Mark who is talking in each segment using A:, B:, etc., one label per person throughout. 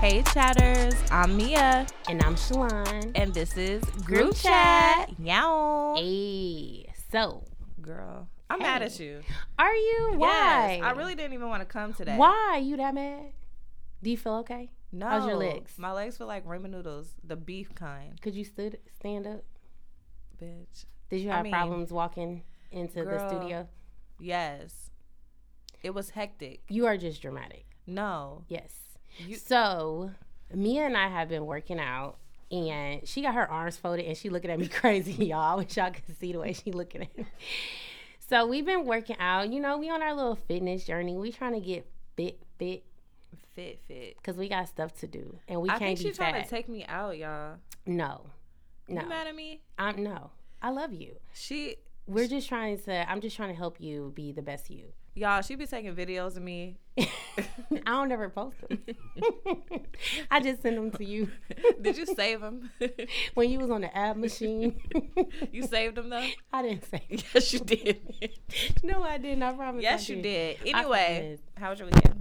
A: Hey chatters, I'm Mia
B: And I'm Shalon.
A: and this is Group,
B: Group
A: Chat.
B: Chat.
A: Yow.
B: Hey, so
A: Girl, I'm mad
B: Hey.
A: at you.
B: are you? Why?
A: Yes, I really didn't even want to come today.
B: Why you that mad? Do you feel okay?
A: No.
B: How's your legs?
A: My legs feel like ramen noodles, the beef kind,
B: Could you stood stand up?
A: bitch.
B: Did you
A: I
B: have
A: mean,
B: problems walking into
A: girl.
B: the studio?
A: Yes. It was hectic.
B: You are just dramatic.
A: No.
B: Yes.
A: You-
B: so Mia and I have been working out. And she got her arms folded and she looking at me crazy, y'all. I wish y'all could see the way she looking at me. So we've been working out. You know, we on our little fitness journey. We trying to get fit, fit,
A: Fit, fit.
B: because we got stuff to do and we
A: I
B: can't
A: think
B: be
A: she's trying
B: fat.
A: to take me out, y'all.
B: no, no,
A: You mad at me?
B: I'm no. I love you.
A: She,
B: We're just trying to. I'm just trying to help you be the best you.
A: y'all, she be taking videos of me.
B: I don't ever post them. I just send them to you
A: Did you save them?
B: when you was on the ad machine.
A: you saved them though?
B: I didn't say.
A: Yes, you did.
B: No, I didn't. I promise. I
A: Yes, you did. Anyway,
B: promise.
A: how was your weekend?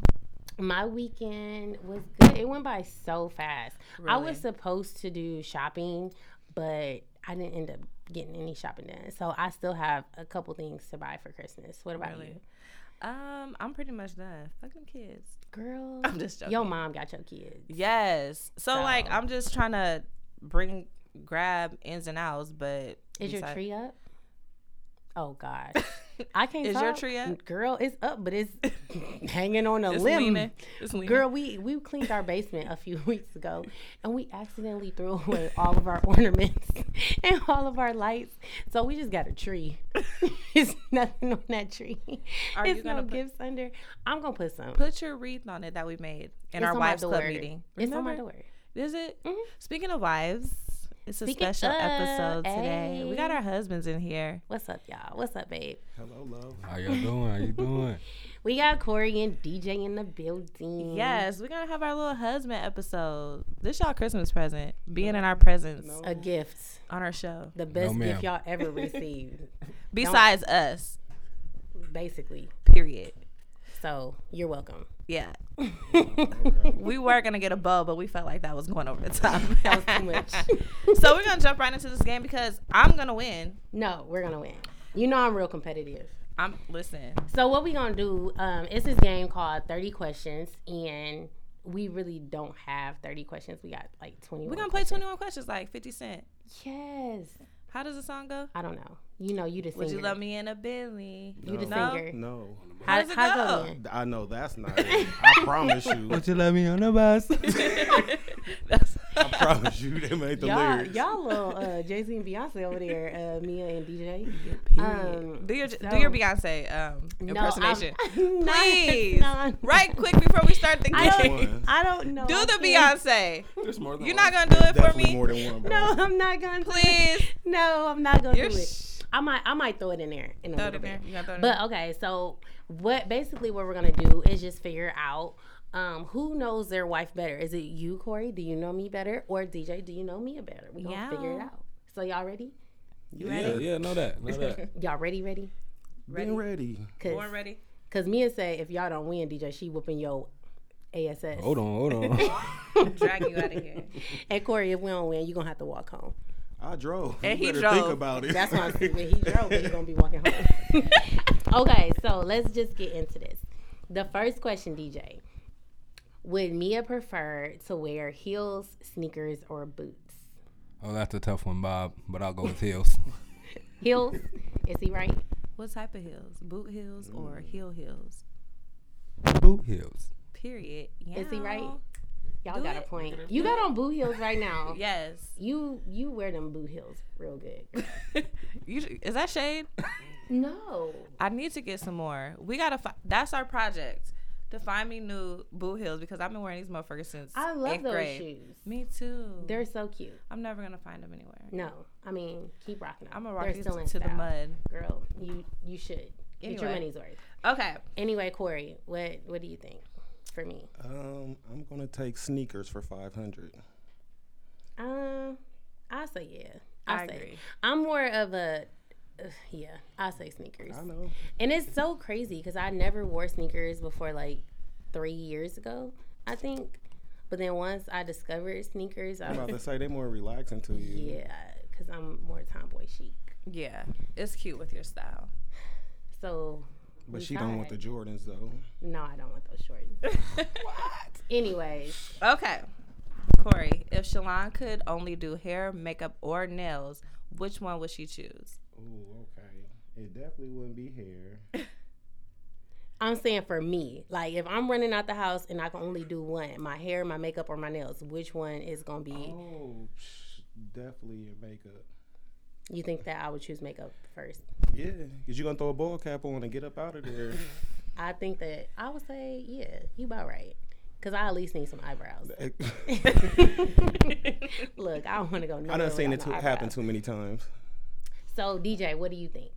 B: My weekend was good. It went by so fast. I
A: Really?
B: was supposed to do shopping, but I didn't end up getting any shopping done. So I still have a couple things to buy for Christmas. What about
A: Really?
B: you?
A: Um, I'm pretty much done. Fuck them kids.
B: Girl,
A: I'm just joking.
B: your mom got your kids.
A: Yes. So, like,
B: So-
A: I'm just trying to bring, grab ins and outs, but
B: Is your
A: besides-
B: tree up? Oh God, I can't.
A: Is your
B: talk.
A: tree up?
B: Girl, it's up, but it's hanging on a
A: It's
B: limb.
A: leaning. It's leaning.
B: Girl, we we cleaned our basement a few weeks ago, and we accidentally threw away all of our ornaments and all of our lights. So we just got a tree. it's nothing on that tree.
A: Are you
B: it's no
A: gonna put-
B: gifts under. I'm gonna put some.
A: put your wreath on it that we made in
B: It's
A: our
B: on my
A: wives club
B: door.
A: meeting.
B: It's on my
A: Remember?
B: door.
A: Is it?
B: Mhm.
A: Speaking of wives, it's a
B: Speaking
A: special
B: of,
A: episode today. We got
B: ayy.
A: our husbands in here.
B: What's up, y'all? What's up, babe?
C: Hello, love. How y'all doing? How you doing?
B: We got Corey and DJ in the building.
A: Yes, we're gonna have our little husband episode. This y'all Christmas present, being in our presence
B: a gift.
A: on our show.
B: The best gift
C: ma'am.
B: y'all ever received,
A: Besides us,
B: basically.
A: period.
B: So you're welcome.
A: Yeah, we were gonna get a bow, but we felt like that was going over the top.
B: That was too much.
A: so we're gonna jump right into this game because I'm gonna win.
B: No, we're gonna win. You know I'm real competitive.
A: I'm listen.
B: So what we gonna do? Um, it's this game called Thirty Questions, and we really don't have thirty questions. We got like twenty.
A: We're gonna play 21 questions like 50 Cent.
B: Yes.
A: How does the song go?
B: I don't know. You know, you the singer.
A: Would you love me in a Billy?
B: You the
A: No?
B: singer.
C: No,
B: How,
A: does it go?
B: then?
C: I know that's not it. I promise you. Would you let me on the bus?
A: That's
C: I promise you, they made the
B: Y'all,
C: lyrics.
B: y'all little uh, Jay Z and Beyonce over there, uh, Mia and DJ. Um,
A: do your do
B: so-
A: your Beyonce um,
B: No, I'm-
A: impersonation,
B: no,
A: please.
B: no, I'm
A: right
B: not.
A: quick before we start the
B: I
C: Which
A: game.
B: don't,
C: one?
B: I don't know.
A: Do
B: I
A: the
B: can't-
A: Beyonce.
C: There's more than
A: You're
C: one.
A: not gonna do
C: There's
A: it for
C: definitely
A: me?
C: More than one. bro.
B: No, I'm not gonna. do it.
A: Please.
B: No, I'm not gonna
A: You're
B: do it.
A: sh-
B: I might, I might throw it in there. In a
A: Throw it
B: little
A: in there. Mm-hmm.
B: bit.
A: You gotta throw it in
B: But okay, so what? Basically, what we're gonna do is just figure out um, who knows their wife better. Is it you, Corey? Do you know me better, or DJ? Do you know Mia better? We gonna figure it
A: Yeah.
B: out. So y'all ready?
D: Yeah, yeah, know that, know that.
B: Y'all ready? Ready?
C: Been ready.
B: Cause,
A: Born ready.
B: Cause Mia say if y'all don't win, DJ, she whooping your ass.
D: Hold on, hold on.
A: Drag you out of here.
B: And Corey, if we don't win, you gonna have to walk home.
C: I drove.
A: And
C: you
A: he
C: better
A: drove.
C: Think about it.
B: That's why I'm stupid. He drove, but he gonna be walking home. okay, so let's just get into this. The first question, DJ. Would Mia prefer to wear heels, sneakers, or boots?
D: Oh, that's a tough one, Bob. But I'll go with heels.
B: Heels? Is he right?
A: What type of heels? Boot heels or heel heels?
D: Boot heels.
A: Period.
B: Is he right?
A: Yow.
B: Y'all
A: Do
B: got a
A: it.
B: point. You got on boot heels right now.
A: Yes.
B: You you wear them boot heels real good.
A: you, sh- is that shade?
B: No.
A: I need to get some more. We gotta. Fi- that's our project. To find me new boot heels because I've been wearing these motherfuckers since
B: I love
A: eighth
B: those
A: grade.
B: shoes.
A: Me too.
B: They're so cute.
A: I'm never gonna find them anywhere.
B: No. I mean, keep rocking them.
A: I'm gonna rock
B: They're
A: these
B: still in
A: to the
B: style.
A: mud.
B: Girl, you you should. Get your
A: Anyway.
B: money's worth.
A: Okay.
B: Anyway, Corey, what what do you think for me?
C: Um, I'm gonna take sneakers for 500. Uh,
B: Um, I say yeah. I,
A: I
B: say
A: agree.
B: I'm more of a uh, yeah. I say sneakers,
C: I know.
B: and it's so crazy because I never wore sneakers before like three years ago. I think But then once I discovered sneakers, I
C: I'm about to
B: was,
C: say they more relaxing to you.
B: yeah, because I'm more tomboy chic.
A: Yeah, it's cute with your style.
B: So
C: But
B: we
C: she don't want the
B: tied.
C: Jordans though.
B: no, I don't want those short. Anyways,
A: Okay, Corey, if Shalon could only do hair, makeup, or nails, which one would she choose?
C: Ooh, okay. It definitely wouldn't be hair.
B: I'm saying for me, like if I'm running out the house and I can only do one, my hair, my makeup, or my nails, which one is gonna be?
C: Oh, psh, definitely your makeup.
B: You think that I would choose makeup first?
C: Yeah, cause you gonna throw a ball cap on and get up out of there.
B: I think that I would say, yeah, you about right. Cause I at least need some eyebrows. Look, I don't want to go.
C: I
B: nowhere
C: done seen it
B: without
C: too,
B: no
C: happen
B: eyebrows.
C: too many times.
B: So DJ, what do you think?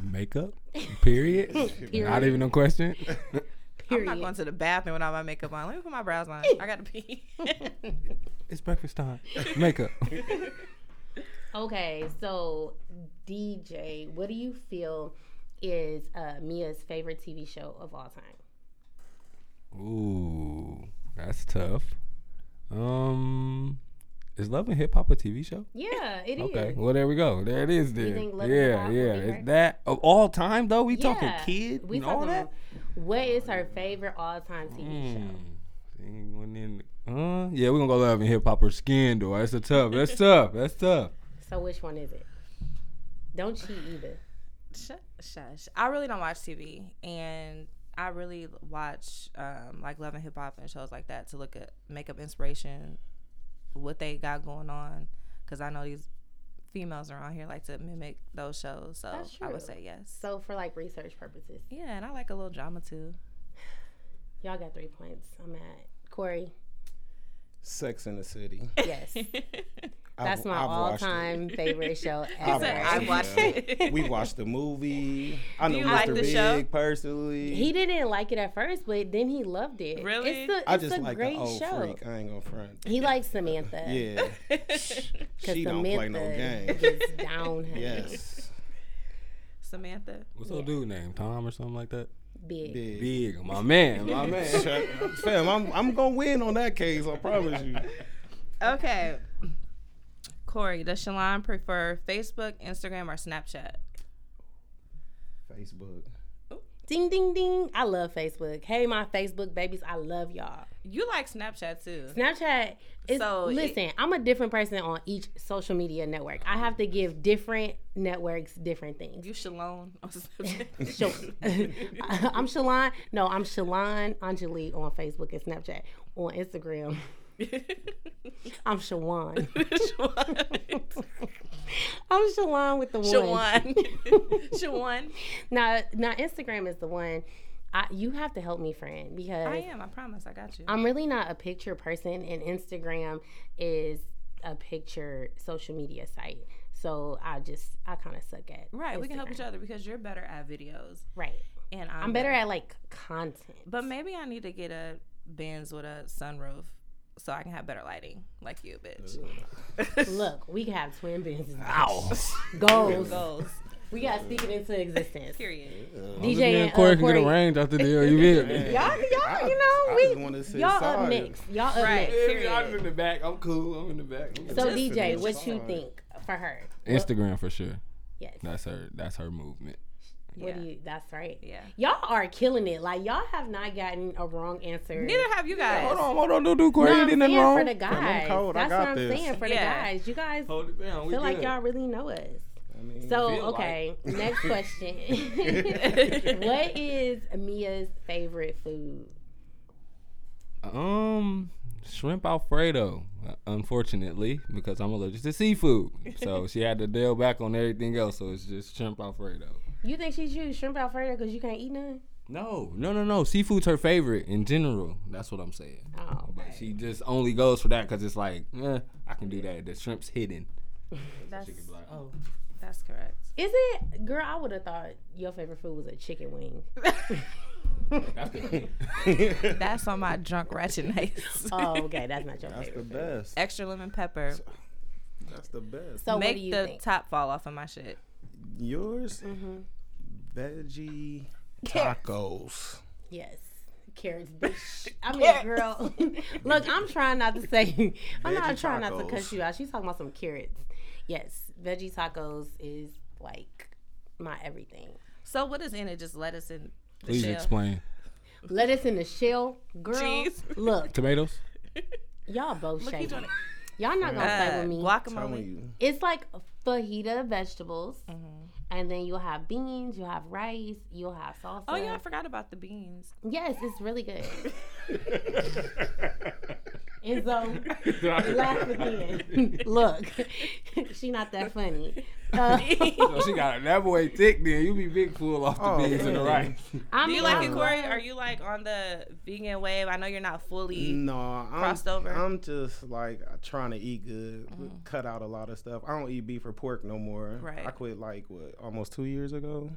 D: Makeup. Period. Not even a question.
B: Period.
A: I'm not going to the bathroom without my makeup on. Let me put my brows on. I got to pee.
D: it's breakfast time. Makeup.
B: Okay, so DJ, what do you feel is uh, Mia's favorite TV show of all time?
D: Ooh, that's tough. Um, is Love and Hip Hop a TV show?
B: Yeah, it is.
D: Okay, well there we go. There it is. Then
B: think Love and Hip
D: yeah,
B: Hop
D: yeah.
B: would be
D: Is
B: her?
D: that of all time though? We talking
B: Yeah,
D: kid
B: We
D: and all
B: talking
D: that.
B: What is her favorite all-time TV show?
C: Hmm.
D: Thing went in. Uh, yeah, we're gonna go Love and Hip Hop or Scandal. That's a tough. That's tough. That's tough.
B: So which one is it? Don't cheat either.
A: Shush, shush. I really don't watch TV, and I really watch um, like Love and Hip Hop and shows like that to look at makeup inspiration, what they got going on, because I know these females around here like to mimic those shows. So
B: That's
A: I
B: true.
A: would say yes.
B: So for like research purposes,
A: Yeah, and I like a little drama too.
B: y'all got three points. I'm at Corey.
C: Sex in the City.
B: Yes, that's
C: I've-
B: my
C: I've watched it.
B: all-time favorite show
C: I've
B: ever.
A: said, "I watched it."
C: We watched the movie. I know
A: you
C: Mr.
A: like the
C: Big
A: show?
C: personally.
B: He didn't like it at first, but then he loved it.
A: Really?
B: It's a, it's
C: I just
B: a
C: like
B: great
C: the old
B: show.
C: freak. I ain't gonna front.
B: He likes Samantha.
C: Yeah,
B: Cause
C: she don't play no
B: Samantha
C: games.
B: Gets down her
C: Yes,
A: Samantha.
D: What's that dude named Tom or something like that?
B: big.
C: big.
D: Big, my man, my man.
C: Shut- Fam, I'm I'm gonna win on that case. I promise you.
A: Okay. Corey, does Shalon prefer Facebook, Instagram, or Snapchat?
C: Facebook.
B: Ding ding ding. I love Facebook. Hey, my Facebook babies, I love y'all.
A: You like Snapchat too.
B: Snapchat is
A: So it-
B: listen, I'm a different person on each social media network. I have to give different networks different things.
A: You Shalon on Snapchat.
B: Shal- I'm Shalon. No, I'm Shalon Angelique on Facebook and Snapchat. On Instagram, I'm Shawan.
A: Shawan.
B: I'm Shalon with the one.
A: Shawan. Shawan.
B: Now, now Instagram is the one. I, you have to help me, friend, because
A: I am. I promise. I got you.
B: I'm really not a picture person, and Instagram is a picture social media site. So I just I kind of suck at
A: right. We can help
B: Instagram.
A: each other because you're better at videos,
B: right.
A: and I'm,
B: I'm better at like content.
A: But maybe I need to get a Benz with a sunroof so I can have better lighting, like you, bitch.
B: Look, we can have twin businesses.
A: Ah,
B: Ow. Goals.
A: Goals.
B: We gotta speak it into existence.
A: Period.
B: DJ
D: Me
B: and
D: and Corey
B: uh,
D: can get
B: Corey.
D: a range after the deal. You feel me?
B: Y'all, y'all, you
C: I
B: know,
C: just wanna
B: we
C: sit
B: y'all up
C: side.
B: next. Y'all up
A: Right.
B: next.
D: I'm in the back. I'm cool. I'm in the back.
B: So DJ,
C: finish
B: what you
C: side.
B: think for her?
D: Instagram for sure.
B: Yes.
D: That's her. That's her movement.
B: What
A: Yeah.
B: do you? That's right.
A: Yeah.
B: Y'all are killing it. Like y'all have not gotten a wrong answer.
A: Neither have you guys.
D: Hold on, hold on, dude, dude, Corey,
B: No,
D: you
B: I'm
D: did nothing
B: saying
D: wrong.
B: for the guys.
C: cold. I
B: That's what
C: got
B: I'm
C: this.
B: saying for
A: Yeah.
B: the guys. You guys
D: Hold it down. We
B: feel like
D: good.
B: y'all really know us.
C: I mean,
B: So
D: Feel like.
B: okay, next question. what is Mia's favorite food?
D: Um, shrimp Alfredo. uh, Unfortunately, because I'm allergic to seafood, so she had to deal back on everything else. So it's just shrimp Alfredo.
B: You think she choose shrimp alfredo because you can't eat none?
D: No, no, no, no. Seafood's her favorite in general. That's what I'm saying.
B: Oh,
D: But she just only goes for that because it's like, eh, I can do that. The shrimp's hidden.
A: That's,
D: oh.
A: that's correct.
B: is it, girl? I would have thought your favorite food was a chicken wing.
D: That's
B: oh.
D: the
A: That's on my drunk ratchet nights.
B: Oh, okay, that's not your
C: that's the
B: favorite.
C: best.
A: Extra lemon pepper.
C: That's the best.
B: So what do
A: Make
B: you
A: the
B: think?
A: top fall off of my shit.
B: Mm-hmm.
C: Yours, veggie tacos.
B: yes, carrots, bitch. I mean, girl. Look, I'm trying not to say. I'm not
C: Veggie
B: trying not to
C: tacos.
B: cuss you out. She's talking about some carrots. Yes, veggie tacos is like my everything.
A: So what is in it? Just lettuce and the
D: Please
A: shell?
D: explain.
B: Lettuce in the shell, girl.
A: Cheese.
B: Look,
D: Tomatoes?
B: y'all both
A: Look, he
B: shady.
A: doing it.
B: Y'all not gonna play
A: Uh,
B: with me.
A: guacamole.
C: Telling you.
B: It's like fajita vegetables,
A: Mm-hmm.
B: and then you'll have beans, you'll have rice, you'll have salsa.
A: Oh yeah, I forgot about the beans.
B: Yes, it's really good. And so, laugh again. Look, she not that funny. Uh,
D: so she got it that way thick, then you be big fool off the
C: Oh,
D: beans and the
C: man.
D: rice.
B: I
A: Do
B: mean,
A: you like
B: I
A: it, Corey?
B: love-
A: Are you like on the vegan wave? I know you're not fully.
C: No, I'm,
A: Crossed over?
C: I'm just like trying to eat good,
B: Mm.
C: cut out a lot of stuff. I don't eat beef or pork no more.
A: Right.
C: I quit like what almost two years ago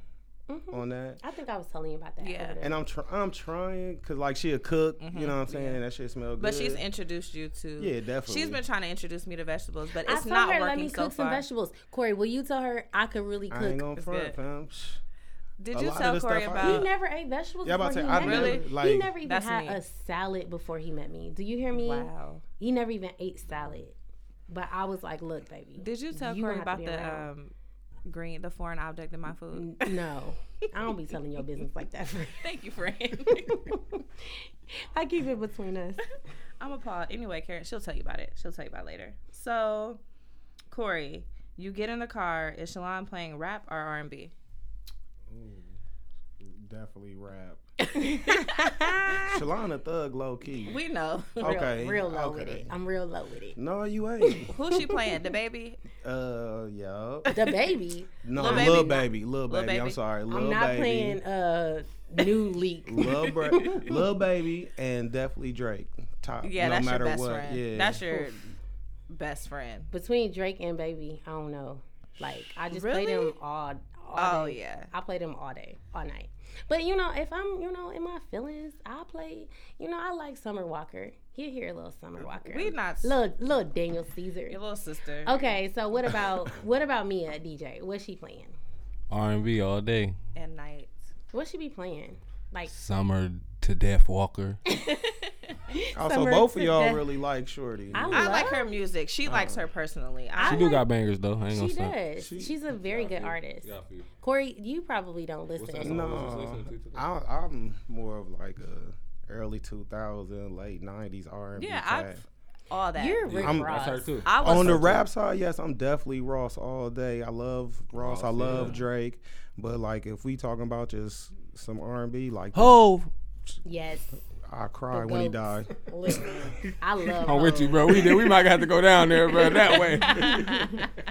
B: Mhm.
C: on that.
B: I think I was telling you about that.
A: Yeah.
B: over there.
C: And I'm try- I'm trying cause like she a cook, you know what I'm saying? And that shit smell good.
A: But she's introduced you to.
C: yeah, definitely.
A: She's been trying to introduce me to vegetables, but
B: I
A: it's
B: told
A: not
B: her,
A: working
B: let me
A: so
B: cook some
A: far.
B: vegetables. Corey, will you tell her I could really
C: I ain't
B: cook?
C: gonna
A: It's
C: front,
A: good.
C: fam. Shh.
A: Did
C: A
A: you
C: lot of
A: tell
C: this
A: Corey
C: stuff I eat.
B: He
A: about?
B: never ate vegetables
C: Yeah, I'm about
B: before
C: to
B: he
C: say, I
B: met
A: never,
B: me.
A: Really?
B: he
C: like-
B: never even
A: That's
B: had
A: me.
B: a salad before he met me. Do you hear me?
A: Wow.
B: He never even ate salad. But I was like, look, baby.
A: Did you tell
B: You
A: Corey
B: gonna have to
A: about
B: be
A: the
B: around. Mm.
A: um, green, the foreign object in my food?
B: N- no, I don't be telling your business like that. friend.
A: Thank you, friend.
B: I keep it between us.
A: I'm appalled. Anyway, Karen, she'll tell you about it. She'll tell you about it later. So, Corey, you get in the car. Is Shalon playing rap or R&B?
C: Definitely rap. Shalon a thug low key.
A: We know.
C: okay.
B: Real low with
C: okay.
B: it. I'm real low with it.
C: No, you ain't.
A: Who's she playing? The baby?
C: uh, yeah.
B: The baby.
C: No,
A: Lil
C: little
A: Baby,
C: baby, little
A: no.
C: baby, little baby.
A: Baby.
C: I'm sorry, little
B: I'm not
C: baby.
B: playing uh new leak.
C: Lil, Bra- Lil Baby and definitely Drake. Top.
A: Yeah,
C: no
A: that's your
C: matter
A: best
C: what.
A: friend.
C: Yeah.
A: That's your best friend.
B: Between Drake and Baby, I don't know. Like I just play
A: Really?
B: them all. all
A: Oh
B: day.
A: yeah.
B: I play them all day, all night. But you know, if I'm, you know, in my feelings, I play. You know, I like Summer Walker. You hear a little Summer Walker.
A: We not s-
B: little little Daniel Caesar.
A: your little sister.
B: Okay, so what about what about Mia DJ? What's she playing?
D: R and B all day.
A: And night.
B: What she be playing? Like
D: Summer to death walker.
C: also,
B: Summer
C: both of
B: to
C: y'all
B: death.
C: really like Shorty.
B: I,
A: I
B: love-
A: like her music. She likes her personally.
D: She
A: I,
D: do got bangers though. I ain't
B: She
D: gonna stop.
B: does.
C: She-
B: She's a very good artist.
D: you.
B: Corey, you probably don't listen.
C: no, I, I'm more of like a early 2000, late 90s R&B
A: yeah, I
C: type.
A: all that.
B: You're Rick
C: I'm-
B: Ross.
D: That's her too.
A: I was
C: On the rap side, yes, I'm definitely Ross all day. I love Ross. I
D: Ross,
C: love
D: yeah.
C: Drake. But like, if we talking about just some R&B, like
D: Hove.
B: Yes.
C: I cry when he
B: goats.
C: died.
B: Listen, I love.
D: I'm with
B: her.
D: you, bro. We did. We might have to go down there, bro. That way.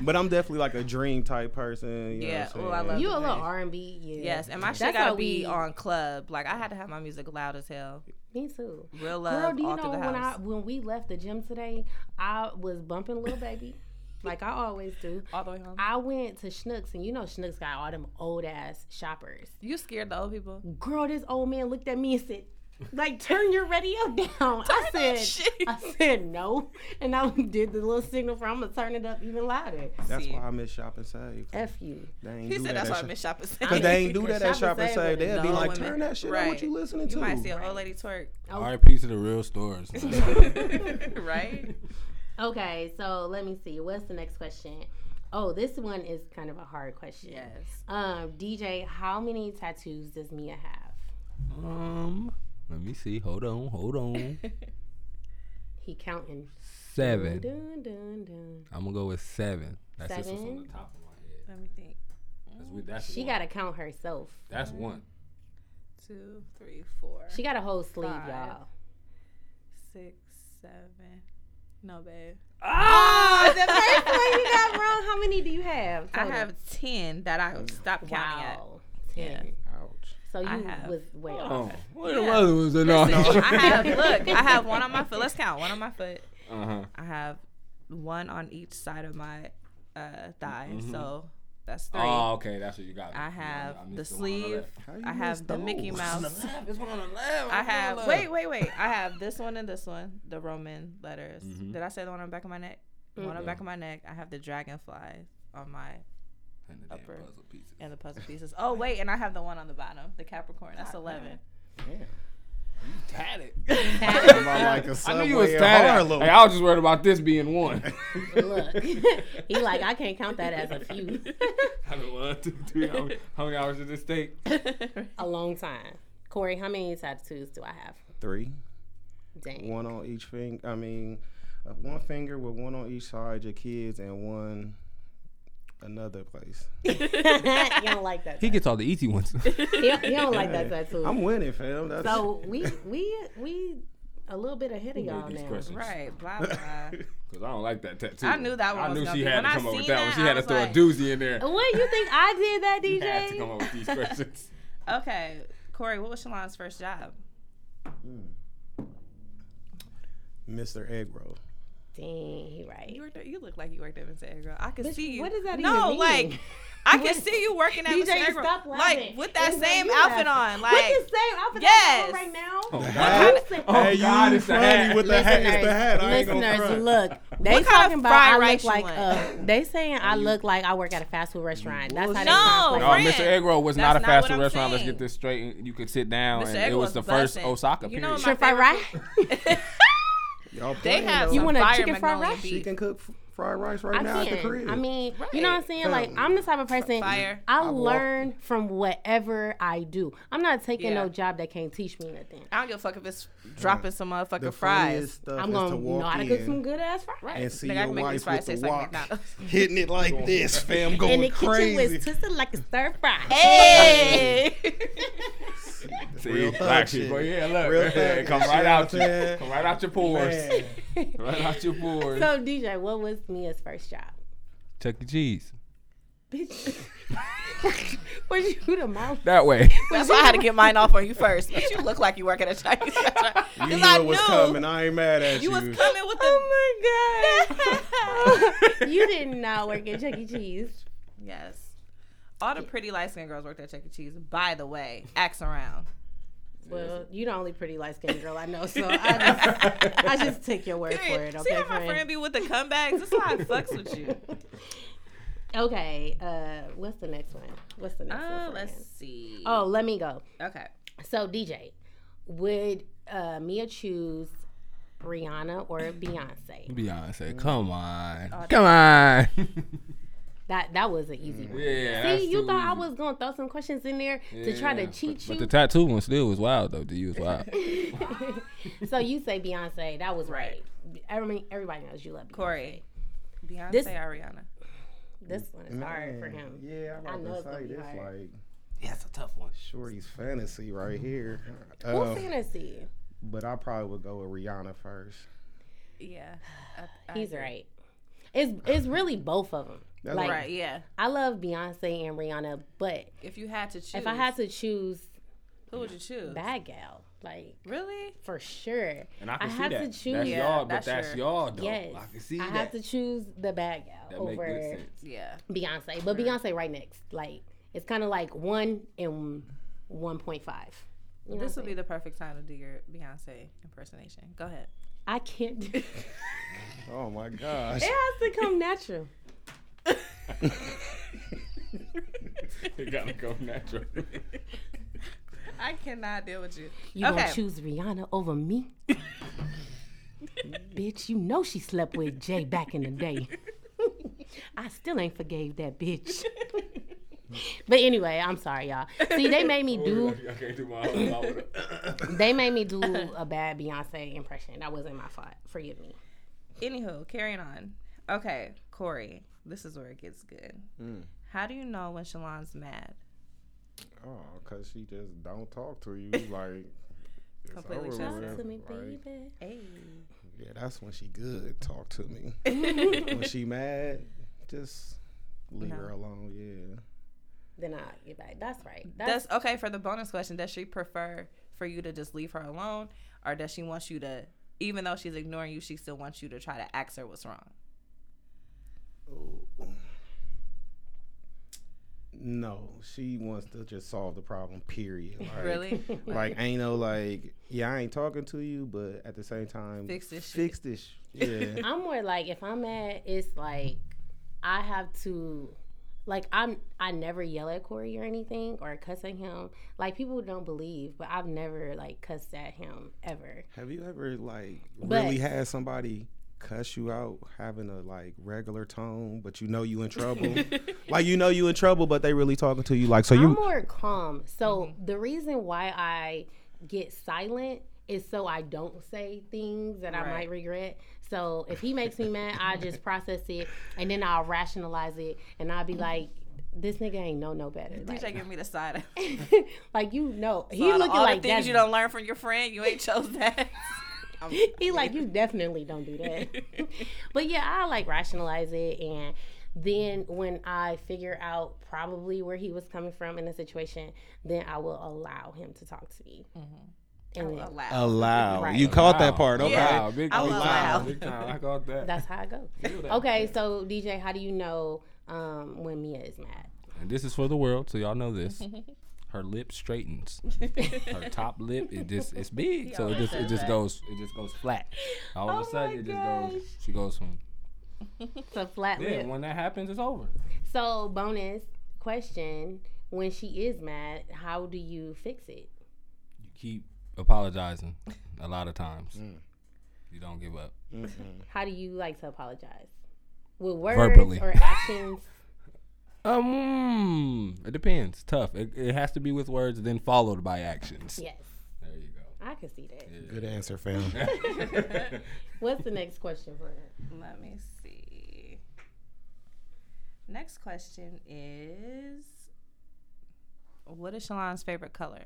C: But I'm definitely like a dream type person. You
A: Yeah,
C: Know
A: ooh,
C: what
A: I
C: I'm saying?
A: love
B: You a little R and B. Yeah.
A: Yes, and my shit
B: That's
A: gotta
B: why
A: be
B: we-
A: on club. Like I had to have my music loud as hell.
B: Me too.
A: Real
B: Girl,
A: love
B: do you
A: all
B: know
A: through the
B: when I
A: house.
B: when we left the gym today, I was bumping Lil Baby, like I always do.
A: all the way home.
B: I went to Schnucks, and you know Schnucks got all them old ass shoppers.
A: you scared the old people?
B: Girl, this old man looked at me and said, "Like turn your radio down." I
A: that
B: said,
A: shit.
B: "I said no," and I did the little signal for I'm gonna turn it up even louder.
C: That's
A: See.
C: why I miss Shop and Save.
B: F you.
C: They ain't
A: He
C: do
A: said
C: that
A: that's
C: at
A: why I
C: Shop-
A: miss shopping.
C: Cause they ain't do that
B: Shop
C: at Shop
B: and
C: and
B: Save
C: Save.
B: would've
C: They'll be
A: known
C: like,
A: women.
C: turn that shit on. What you
A: Right.
C: listening
A: You
C: to?
A: might see an old lady twerk,
D: R.I.P. to the real stores.
A: right?
B: Okay, so let me see. What's the next question? Oh, this one is kind of a hard question.
A: Yes.
B: Um, DJ, how many tattoos does Mia have?
D: um, let me see. Hold on. Hold on.
B: He counting.
D: Seven.
B: Dun, dun, dun.
D: I'm gonna go with seven. That's just what's on
B: Seven?
D: the top of my head.
A: Let me think.
D: That's, we- that's
B: She
D: one.
B: gotta count herself.
D: That's one.
A: Two, three, four,
B: She got a whole sleeve,
A: Five.
B: y'all.
A: six, seven. No, babe.
B: Oh, the first one you got wrong. How many do you have?
A: I have ten that I stopped counting at.
B: wow. Ten.
C: Ouch.
B: So you
A: I have-
B: was way off.
D: Oh, what the other ones? are not-
A: I have look. I have one on my foot. Let's count. One on my foot.
D: Uh-huh.
A: I have one on each side of my uh, thigh. So that's three.
D: Oh, okay. That's what you got.
A: I have the sleeve.
C: How you
A: I have
C: miss
A: the Mickey
C: those?
A: Mouse.
D: This one on the left.
A: I have wait, wait, wait. I have this one and this one. The Roman letters.
D: Mm-hmm.
A: Did I say the one on the back of my neck? The One on the back of my neck. I have the dragonfly on my
D: And the damn
A: Upper.
D: puzzle pieces.
A: and the puzzle pieces. Oh wait, and I have the one on the bottom, the Capricorn. That's eleven.
C: Damn. You About like a
D: I
C: subway
D: knew you was
C: in
D: tired.
C: Harlem.
D: Hey, I was just worried about this being one.
B: Look, he like I can't count that as a few.
D: I mean, one, two, three. How many, how many hours did this take?
B: a long time. Corey, how many tattoos do I have?
C: Three,
B: Dang.
C: one on each finger. I mean, uh, one finger with one on each side, your kids, and one another place.
B: you don't like that.
D: He gets all the easy ones.
B: He, he don't like that
C: Hey,
B: tattoo.
C: I'm winning, fam. That's
B: so we we we a little bit ahead of y'all
D: these
B: now.
D: questions.
A: Oh, Right, blah blah.
D: Because I don't like that tattoo.
A: I knew that one
D: I
A: was
D: knew
A: gonna
D: she
A: be-
D: had
A: when
D: to
A: I
D: come up with
A: seen
D: that, one.
A: that,
D: She
A: I
D: had to
A: was
D: throw
A: like-
D: a doozy in there.
B: What you think I did that, DJ?
D: You had to come up with these questions.
A: okay, Corey, what was Shalon's first job?
C: Mr. Egg Roll.
B: Dang, he right.
A: You worked. At, you look like you worked at Mr. Egg Roll. I can
B: But
A: see you.
B: what does that
A: No,
B: even mean?
A: like I can see you working at
B: DJ,
A: Mr. Egg Roll.
B: stop laughing.
A: Like with that
B: It's like
A: same
B: you
A: outfit
B: laughing.
A: on. Like
B: with the same outfit
A: yes.
B: yes. right now.
D: Oh,
C: hat?
D: God.
B: Listen.
D: Oh, God, it's the hat.
C: with the hat. It's the hat. I ain't gonna
B: Listeners,
C: front.
B: look. They
A: What kind of
B: talking about
A: fried
B: I
A: rice
B: look
A: you
B: like
A: want?
B: uh, they saying I look like I work at a fast food restaurant. That's how they
A: No,
B: sound
D: No,
B: like.
A: friend.
D: Mr. Egg Roll was
A: That's
D: not a
A: not
D: fast
A: what
D: food
A: I'm
D: restaurant. Let's
A: saying.
D: get this straight. You could sit down,
A: Mr.
D: and
A: Egg
D: it
A: Roll's
D: was the first
A: bussin'.
D: Osaka
A: You
D: period.
A: know
B: Shrimp fried rice.
C: Y'all
A: they
C: playing,
A: have
C: though.
B: You
A: some
B: want a
A: fire
B: chicken fried
A: Magnolia
B: rice?
A: beef.
C: She can cook f- fried rice right
B: I
C: now at the
B: can.
C: crib.
B: I mean, you know what I'm saying? Like,
C: Fam.
B: I'm the type of person.
A: Fire.
B: I,
C: walk-
B: learn from whatever I do. I'm not taking
A: Yeah.
B: no job that can't teach me nothing.
A: I don't give a fuck if it's dropping some motherfucking
C: the
A: fries.
C: funniest stuff
B: I'm
C: is
B: gonna
C: to
B: know
C: walk
B: how to
C: in
B: cook some good ass fries.
C: and see
A: Nigga, I
C: your
A: can make these
C: wife
A: fries
C: with the
A: taste like
C: wok
A: McDonald's.
C: hitting it like this, fam, going
B: And the
C: crazy.
B: kitchen was twisted like a stir fry.
A: Hey,
D: See,
C: Real thug
D: black
C: shit.
D: people. Yeah, look.
C: Real thug
D: come
C: shit,
D: right out
C: you
D: you.
C: know what I'm saying?
D: Come right out your pores.
C: Man.
D: Right out your pores.
B: So DJ, what was Mia's first job?
D: Chuck E. Cheese.
B: Bitch. was you the mouth?
D: That way.
A: that's why I had to get mine off on you first. But you look like you work at a Chinese restaurant. 'Cause
C: You
A: I
C: knew it was
A: knew
C: coming. I ain't mad at
A: You
C: you.
A: was coming with the.
B: Oh my god. you did not work at Chuck E. Cheese.
A: Yes. All the pretty light skinned girls worked at Chuck E. Cheese. By the way, axe around.
B: Well, you the only pretty light skinned girl I know, so I just, I just take your word for it.
A: Period.
B: Okay,
A: See how my
B: friend?
A: friend be with the comebacks? That's why I fucks with you.
B: Okay, uh, what's the next one? What's the next
A: Uh,
B: one?
A: let's
B: friend?
A: see.
B: Oh, let me go.
A: Okay.
B: So DJ, would uh, Mia choose Rihanna or Beyonce?
D: Beyonce, come on. Come on.
B: That that was an easy
D: Mm,
B: one.
D: yeah. that's
B: See, you
D: too
B: thought I
D: easy.
B: was gonna throw some questions in there to try to
D: Yeah,
B: cheat you.
D: but, But the tattoo one still was wild, though. To you was wild.
B: so you say Beyonce? That was right.
A: Right.
B: Everybody, everybody knows you love Beyonce.
A: Corey. Beyonce
B: This-
A: Ariana.
B: This one is hard
D: Mm,
B: for him.
C: Yeah, I'm
B: I
C: about
B: know
C: to
B: it's gonna
C: say
B: be
C: this
B: hard.
C: like
D: yeah, it's a tough one.
C: Shorty's fantasy right here.
B: Who's
D: Oh.
C: Um,
B: fantasy?
C: but I probably would go with Rihanna first.
A: Yeah. I- I
B: He's
A: agree.
B: right. It's it's really both of them.
C: That's
B: Like-
A: Right, yeah.
B: I love Beyonce and Rihanna, but
A: If you had to choose,
B: if I had to choose,
A: who would you choose?
B: bad gal, like
A: Really?
B: for sure.
D: And I can
B: I
D: see
B: have
D: that.
B: to choose.
D: That's
A: Yeah,
D: y'all, but
A: that's
D: that's
A: your-
D: y'all, though.
B: Yes,
D: Oh, I can see
B: I
D: that.
B: have to choose the bad gal
D: that make good
B: over
D: sense.
A: Yeah.
B: Beyonce, but Beyonce right next. Like it's kind of like one and one point five. You know
A: This
B: what
A: would
B: I'm
A: be the perfect time to do your Beyonce impersonation. Go ahead.
B: saying? I can't. Do it
C: Oh my
B: has
C: gosh.
B: to come natural.
D: it gotta go natural.
A: I cannot deal with you.
B: You
A: Okay.
B: gonna choose Rihanna over me? bitch, you know she slept with Jay back in the day. I still ain't forgave that bitch. but anyway, I'm sorry, y'all. See, they made me do
D: I can't do my whole mouth.
B: they made me do a bad Beyonce impression. That wasn't my fault. Forgive me.
A: Anywho, carrying on. Okay, Corey, this is where it gets good.
D: Mm.
A: How do you know when Shalon's mad?
C: Oh, cause she just don't talk to you. Like it's
A: Completely
C: over
A: shuts
C: with.
B: To me,
C: Like,
B: baby.
A: Hey.
C: yeah, that's when she good. Talk to me. when she mad, just leave her alone. Yeah.
B: Then I'll get back. That's right. That's,
A: Does okay for the bonus question, does she prefer for you to just leave her alone? Or does she want you to even though she's ignoring you, she still wants you to try to ask her what's wrong?
C: Oh. No, she wants to just solve the problem. Period. Like,
A: Really?
C: Like ain't no like yeah, I ain't talking to you, but at the same time,
A: Fix this shit.
C: Fix this. sh- Yeah.
B: I'm more like if I'm mad, it's like I have to Like I'm, I never yell at Corey or anything or cuss at him. Like people don't believe, but I've never like cussed at him ever.
C: Have you ever like
B: But-
C: really had somebody cuss you out having a like regular tone, but you know you in trouble? like you know you in trouble, but they really talking to you like so
B: I'm
C: you
B: more calm. So
A: Mm-hmm.
B: the reason why I get silent is so I don't say things that I
A: Right.
B: might regret. So if he makes me mad, I just process it and then I'll rationalize it and I'll be like, this nigga ain't know no better.
A: DJ
B: Like,
A: giving me the side.
B: like, you know, he
A: Out of
B: looking
A: all
B: like
A: the things
B: that.
A: you don't learn from your friend. You ain't chose that.
B: he like you definitely don't do that. but yeah, I like rationalize it and then when I figure out probably where he was coming from in the situation, then I will allow him to talk to me. And then
A: Allow.
C: allow.
B: Right.
C: You caught that
D: Wow.
C: part, okay?
D: Wow, big
A: I
D: time.
A: love
D: Wow,
A: that.
D: big time. I caught that.
B: that's how it goes.
D: that.
B: Okay, so DJ, how do you know um, when Mia is mad?
D: And this is for the world, so y'all know this. Her lip straightens. Her top lip, it just it's big, so it just it just goes it just goes flat. All of a
B: Oh
D: sudden,
B: my
D: it just goes. She goes from.
B: So flat
D: Yeah,
B: lip.
D: when that happens, it's over.
B: So bonus question: When she is mad, how do you fix it?
D: You keep apologizing a lot of times. You don't give up.
B: How do you like to apologize? With words
D: Verbally.
B: or actions?
D: Um, it depends. Tough. It, it has to be with words, then followed by actions.
B: yes,
D: There you go.
B: I can see that.
C: Good answer, fam.
B: What's the next question for her?
A: Let me see. Next question is, what is Shalon's favorite color?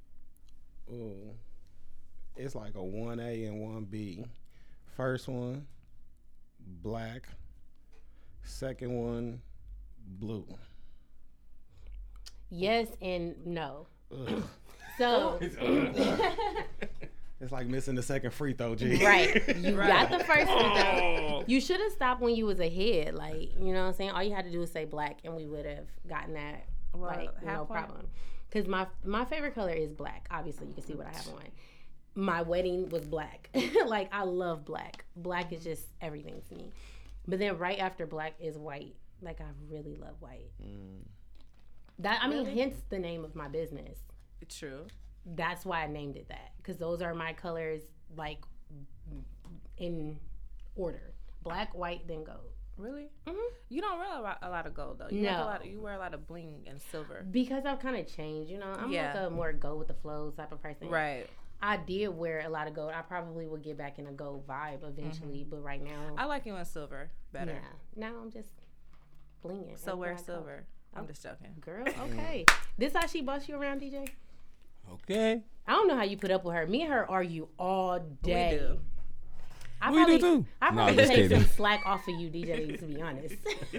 C: Ooh. It's like a one A and one B. First one, black. Second one, blue.
B: Yes and no.
C: Ugh.
B: So
C: It's like missing the second free throw, G.
B: right, you
A: Right.
B: got the first one. though. You should have stopped when you was ahead. Like you know what I'm saying. All you had to do was say black, and we would have gotten that
A: Well,
B: like
A: half
B: no
A: point.
B: problem. Because my my favorite color is black. Obviously, you can see what I have on. My wedding was black. like I love black. Black is just everything to me. But then right after black is white. Like I really love white. That I mean, hence the name of my business.
A: True.
B: That's why I named it that. Because those are my colors, like in order: black, white, then gold.
A: Really?
B: Mhm.
A: You don't wear a lot, a lot of gold though. You like
B: No.
A: a lot you wear a lot of bling and silver.
B: Because I've kind of changed, you know. I'm
A: Yeah.
B: like a more go with the flow type of person.
A: Right.
B: I did wear a lot of gold. I probably will get back in a gold vibe eventually, but right now,
A: Mm-hmm. I like you in silver better.
B: yeah. Now I'm just blinging.
A: So
B: everywhere
A: wear
B: I Oh. go.
A: silver. I'm just joking.
B: Girl, okay. this how she boss you around, DJ?
D: Okay.
B: I don't know how you put up with her. Me and her argue all day.
A: do.
B: I
D: We do
B: probably,
D: too.
B: I
D: No,
B: probably
D: just
B: take
D: kidding.
B: some slack off of you, DJ, to be honest.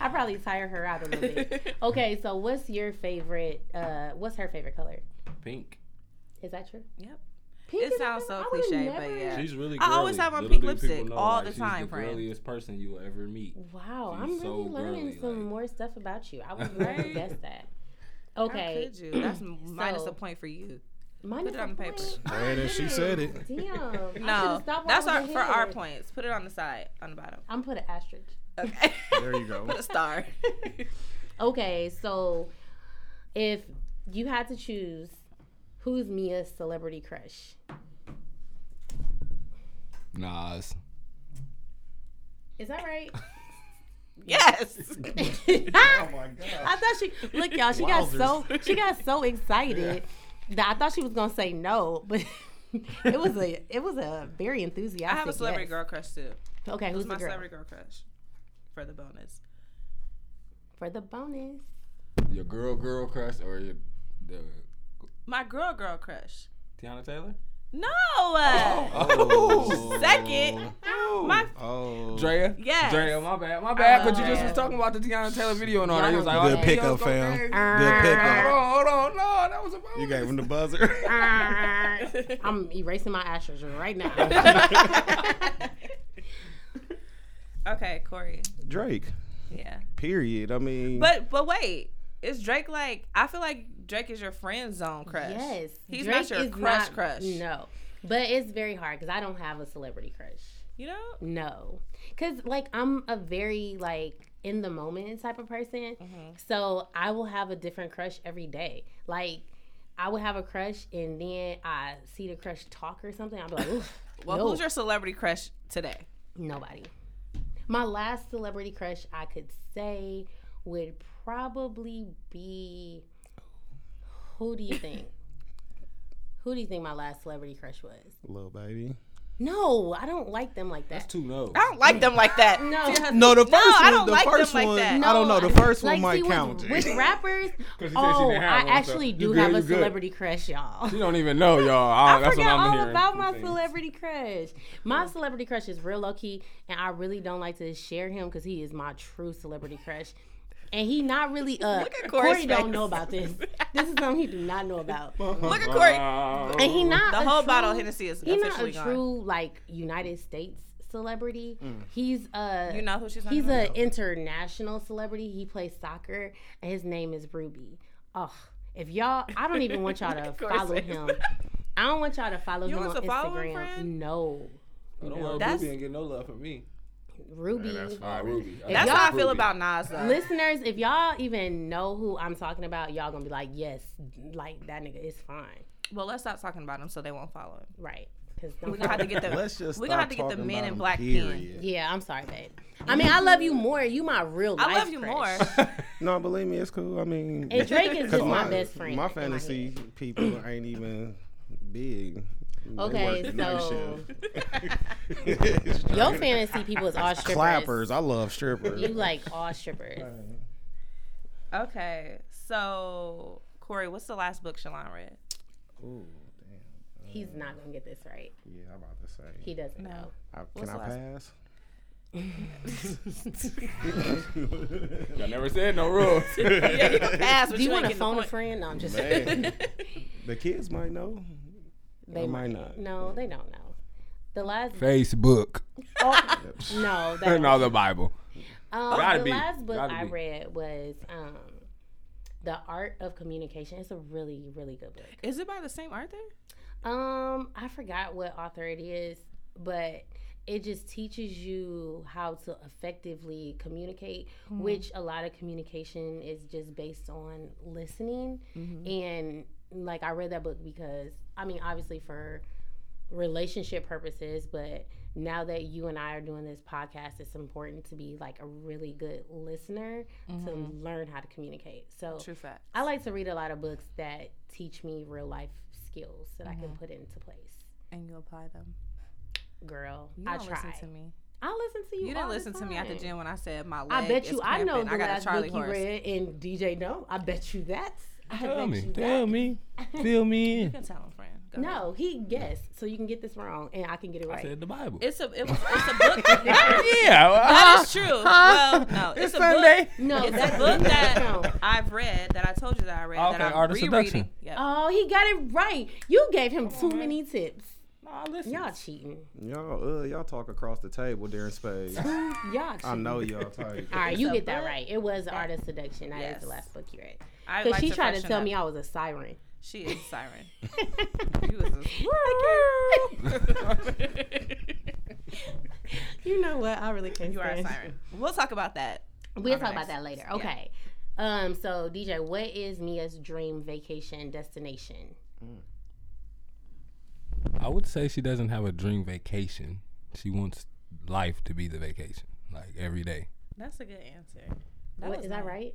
B: I probably tire her out a little bit. Okay, so what's your favorite, uh, what's her favorite color?
D: Pink.
B: Is that true?
A: Yep.
B: Pink
A: It
B: is her
A: sounds
B: favorite-
A: so
B: I would've
A: cliche,
B: never-
A: but yeah.
D: She's really.
A: I always
D: girly.
A: have on
D: Little
A: pink
D: do people
A: lipstick
D: know,
A: all
D: like,
A: the
D: she's
A: time,
D: the
A: friend.
D: girliest person you will ever meet.
B: Wow,
D: She's
B: I'm really
D: so
B: learning
D: girly,
B: some
D: like-
B: more stuff about you. I would never
A: Right?
B: guess that.
A: How
B: Okay,
A: could you? That's minus
B: So-
A: a point for you.
B: mine
A: Put
B: is
A: it on the paper.
C: Right as she said it.
B: Damn, I should've
A: No,
B: stopped while
A: that's
B: I
A: our,
B: was
A: for our
B: ahead.
A: points. Put it on the side, on the bottom.
B: I'm put an asterisk.
A: Okay.
C: There you go.
A: Put a star.
B: Okay, so if you had to choose, who's Mia's celebrity crush?
D: Nas.
B: Is that right?
A: yes.
B: I
C: Oh my god.
B: thought she look y'all. She got so she got so excited that I thought she was gonna say no, but it was a it was a very enthusiastic.
A: I have a celebrity
B: yes.
A: girl crush too.
B: Okay, who's
A: Who's
B: the
A: my
B: girl
A: celebrity girl crush? For the bonus.
B: for the bonus?
D: Your girl, girl crush, or your the
A: My girl girl crush.
D: Tiana Taylor?
A: No.
D: Oh.
A: Second. My
C: Oh.
D: Drea?
A: Yes. Oh.
D: Drea, my bad. My bad. but you just
B: yeah.
D: was talking about the Tiana Taylor video and all
B: Y'all
D: that. You was
B: know
D: like, oh,
C: Good
D: that
C: pickup,
D: video's going crazy.
C: fam. Good pickup.
D: Hold on, hold on. No, that was a bonus.
C: You gave him the buzzer.
B: I'm erasing my ashes right now.
C: Oh.
A: okay, Corey.
C: Drake.
A: Yeah.
C: Period. I mean,
A: But but wait, is Drake like? I feel like Drake is your friend zone crush.
B: yes,
A: he's
B: Drake
A: not your
B: is
A: crush
B: not-
A: crush.
B: No, but it's very hard because I don't have a celebrity crush.
A: You know,
B: No, because like I'm a very like in the moment type of person. So I will have a different crush every day. Like I would have a crush and then I see the crush talk or something. I'll be like, Oof,
A: Well,
B: no,
A: who's your celebrity crush today?
B: nobody. My last celebrity crush I could say would probably be who do you think? who do you think my last celebrity crush was?
C: Little baby.
B: No, I don't like them like that.
D: That's two no's.
A: I don't like them like that.
B: No.
C: No, the first
A: I
C: one.
A: don't
C: the
A: like them
C: first
A: like
C: one.
A: that.
C: I don't know. The first
B: like,
C: one might
B: see,
C: count.
B: With, with rappers,
D: said she
B: oh, I
D: didn't have one, so
B: actually
D: you
B: do
D: good,
B: have
D: you
B: a
D: good.
B: celebrity crush, y'all.
D: You don't even know, y'all. I,
B: I
D: that's what
B: forgot
D: I'm
B: all
D: hearing.
B: about my
D: Things.
B: celebrity crush. My celebrity crush is real low key, and I really don't like to share him because he is my true celebrity crush. And he not really uh
A: at Corey's
B: Corey don't
A: face.
B: know about this. This is something he do not know about.
A: Look at Corey.
D: Wow.
B: And he not
A: The
B: a
A: whole
B: true-
A: bottle of Hennessy is
B: He not
A: officially
B: a
A: gone.
B: true like United States celebrity. He's uh
A: You know who she's talking
B: He's
A: about?
B: an international celebrity. He plays soccer, and his name is Ruby. Oh, if y'all, I don't even want y'all to
A: Of course
B: follow
A: it is.
B: him. I don't want y'all to follow
A: You
B: him
A: want
B: on
A: to follow him,
B: Instagram.
A: friend?
B: No,
D: Oh, Don't
B: No.
D: worry,
A: That's-
D: Ruby ain't getting no love from me.
B: Ruby.
D: Oh, Ruby.
A: That's
B: y'all-
A: how I feel about Nas. Though.
B: Listeners, if y'all even know who I'm talking about, y'all gonna be like, yes, like that nigga is fine,
A: Well, let's stop talking about him so they won't follow him.
B: right? Because
A: We're gonna have to get the.
C: Let's just.
A: We're gonna have
C: stop
A: to get the
C: talking
A: men
C: about
A: in
C: him,
A: black pen.
C: period.
B: yeah, I'm sorry, babe. I mean, I love you more. You my real life.
A: I love you
B: crush.
A: more.
C: No, believe me, it's cool. I mean,
B: And Drake is
C: 'cause
B: just my, best friend.
C: My
B: in head.
C: fantasy people ain't even big. They
B: Okay,
C: work night
B: so-
C: shift. It's Drake.
B: Your fantasy people is all strippers.
C: clappers. I love strippers.
B: You like all strippers.
A: Okay, so Corey, what's the last book Shalon read?
C: Ooh, damn.
B: He's not gonna get this right.
C: Yeah, I'm about to say.
B: He doesn't
A: No.
B: know.
C: I, can
A: What's
C: I
A: the last-
C: pass?
D: I never said no rules.
A: yeah, you can pass. But
B: Do you
A: want to
B: phone a friend? No, I'm just.
C: Man, the kids might know.
B: they
C: I might not.
B: No, they don't know. The last.
D: Facebook
B: Oh, no, they
D: and
B: don't.
D: all the Bible.
B: Um,
D: Gotta
B: the
D: be.
B: last book
D: Gotta
B: I
D: be.
B: read was um, "The Art of Communication." It's a really, really good book.
A: Is it by the same author?
B: Um, I forgot what author it is, but it just teaches you how to effectively communicate, which a lot of communication is just based on listening. And like I read that book because I mean, obviously for relationship purposes, but now that you and I are doing this podcast, it's important to be like a really good listener to learn how to communicate. So
A: True fact.
B: I like to read a lot of books that teach me real life skills that I
A: Mm-hmm.
B: can put into place.
A: And you apply them.
B: Girl,
A: You
B: I
A: don't
B: try.
A: listen to me.
B: I listen to you.
A: You, didn't
B: all the
A: listen to me at the
B: time.
A: gym when I said my leg.
B: I bet
A: is
B: you I know
A: cramping.
B: the
A: I got
B: last
A: a Charlie
B: book you
A: horse.
B: read and DJ no. I bet you that. I
D: Tell
B: bet
D: me.
B: you
D: Tell
B: that.
D: me. Fill me
A: You
D: in.
A: can tell him, friend. Go ahead.
B: No, he guessed. So you can get this wrong and I can get it
D: I
B: right.
D: said the Bible.
A: It's a it was it's a book.
D: yeah. well,
A: that
D: huh?
A: is true.
D: Huh?
A: Well, no, it's,
D: It's
A: a
D: Sunday.
A: book.
B: No,
A: It's
B: that's
A: a book
B: no.
A: that I've read that I told you that I read
D: Okay,
A: that I'm
D: Art of
A: rereading.
D: Seduction.
A: Yep.
B: Oh, he got it right. You gave him too many tips.
D: Nah, listen.
B: Y'all cheating.
C: Y'all, uh, y'all talk across the table during space.
B: Y'all cheating.
C: I know y'all type.
B: All right, you
A: It's a
B: get that
A: book
B: right. It was The Art of Seduction. That is
A: Yes.
B: the last book you read.
A: I
B: Because
A: like
B: she tried to
A: freshen
B: tell
A: up.
B: me I was a siren.
A: she is a siren.
B: you
A: was
B: You know what? I really can't.
A: you are a
B: stand-
A: siren. We'll talk about that.
B: We'll
A: on the
B: talk
A: next-
B: about that later.
A: yeah.
B: Okay. Um. So DJ, what is Mia's dream vacation destination?
D: I would say she doesn't have a dream vacation. She wants life to be the vacation, like every day.
A: That's a good answer.
B: What is
A: was nice.
B: that right?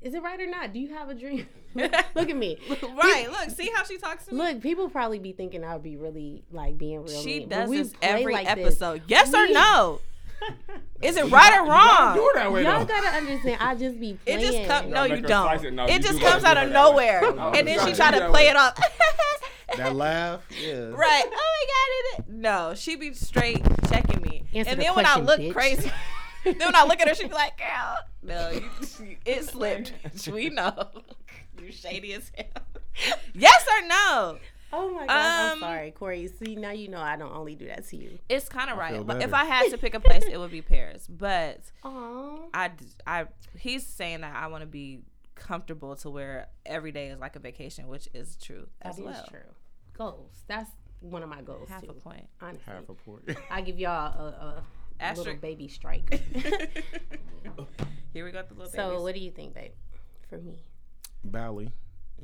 B: Is it right or not? Do you have a dream? look at me.
A: Right. Look, see how she talks to me.
B: Look, people probably be thinking I would be really like being real.
A: she
B: mean, but
A: does
B: we
A: this
B: play
A: every
B: like this.
A: episode. Yes or
B: We-
A: no? Is it right or wrong?
D: that
B: Y'all gotta understand. I just be
A: It
B: playing.
A: just comes. No,
D: Y'all
A: you
D: make her slice it.
A: don't.
D: No,
A: It
D: you
A: just
D: do gotta
A: comes
D: do
A: out
D: it
A: of
D: that way.
A: nowhere,
D: No,
A: and
D: you
A: then she
D: gotta
A: try
D: do
A: to
D: that
A: play
D: way.
A: it off.
C: That laugh, yeah.
A: Right. Oh my god. It, no, she be straight checking me,
B: Answer
A: and
B: the
A: then when I
B: question,
A: look
B: bitch.
A: crazy, then when I look at her, she be like, "Girl, no, you, she- it slipped. We know you shady as hell." Yes or no?
B: Oh my
A: Um,
B: god, I'm sorry, Corey. See, now you know I don't only do that to you.
A: It's kind of
C: feel
A: right. But
C: better.
A: if I had to pick a place, it would be Paris. But
B: Aww.
A: I, d- I- he's saying that I want to be comfortable to where every day is like a vacation, which is true as
B: That is
A: well.
B: true. Goals. That's one of my goals
A: Half
B: too.
A: a point.
B: Honestly,
C: Half a point.
B: I give y'all a, a little
A: Asterisk.
B: baby strike.
A: Here we go with the little
B: so,
A: babies.
B: what do you think, babe? For me,
C: Bali,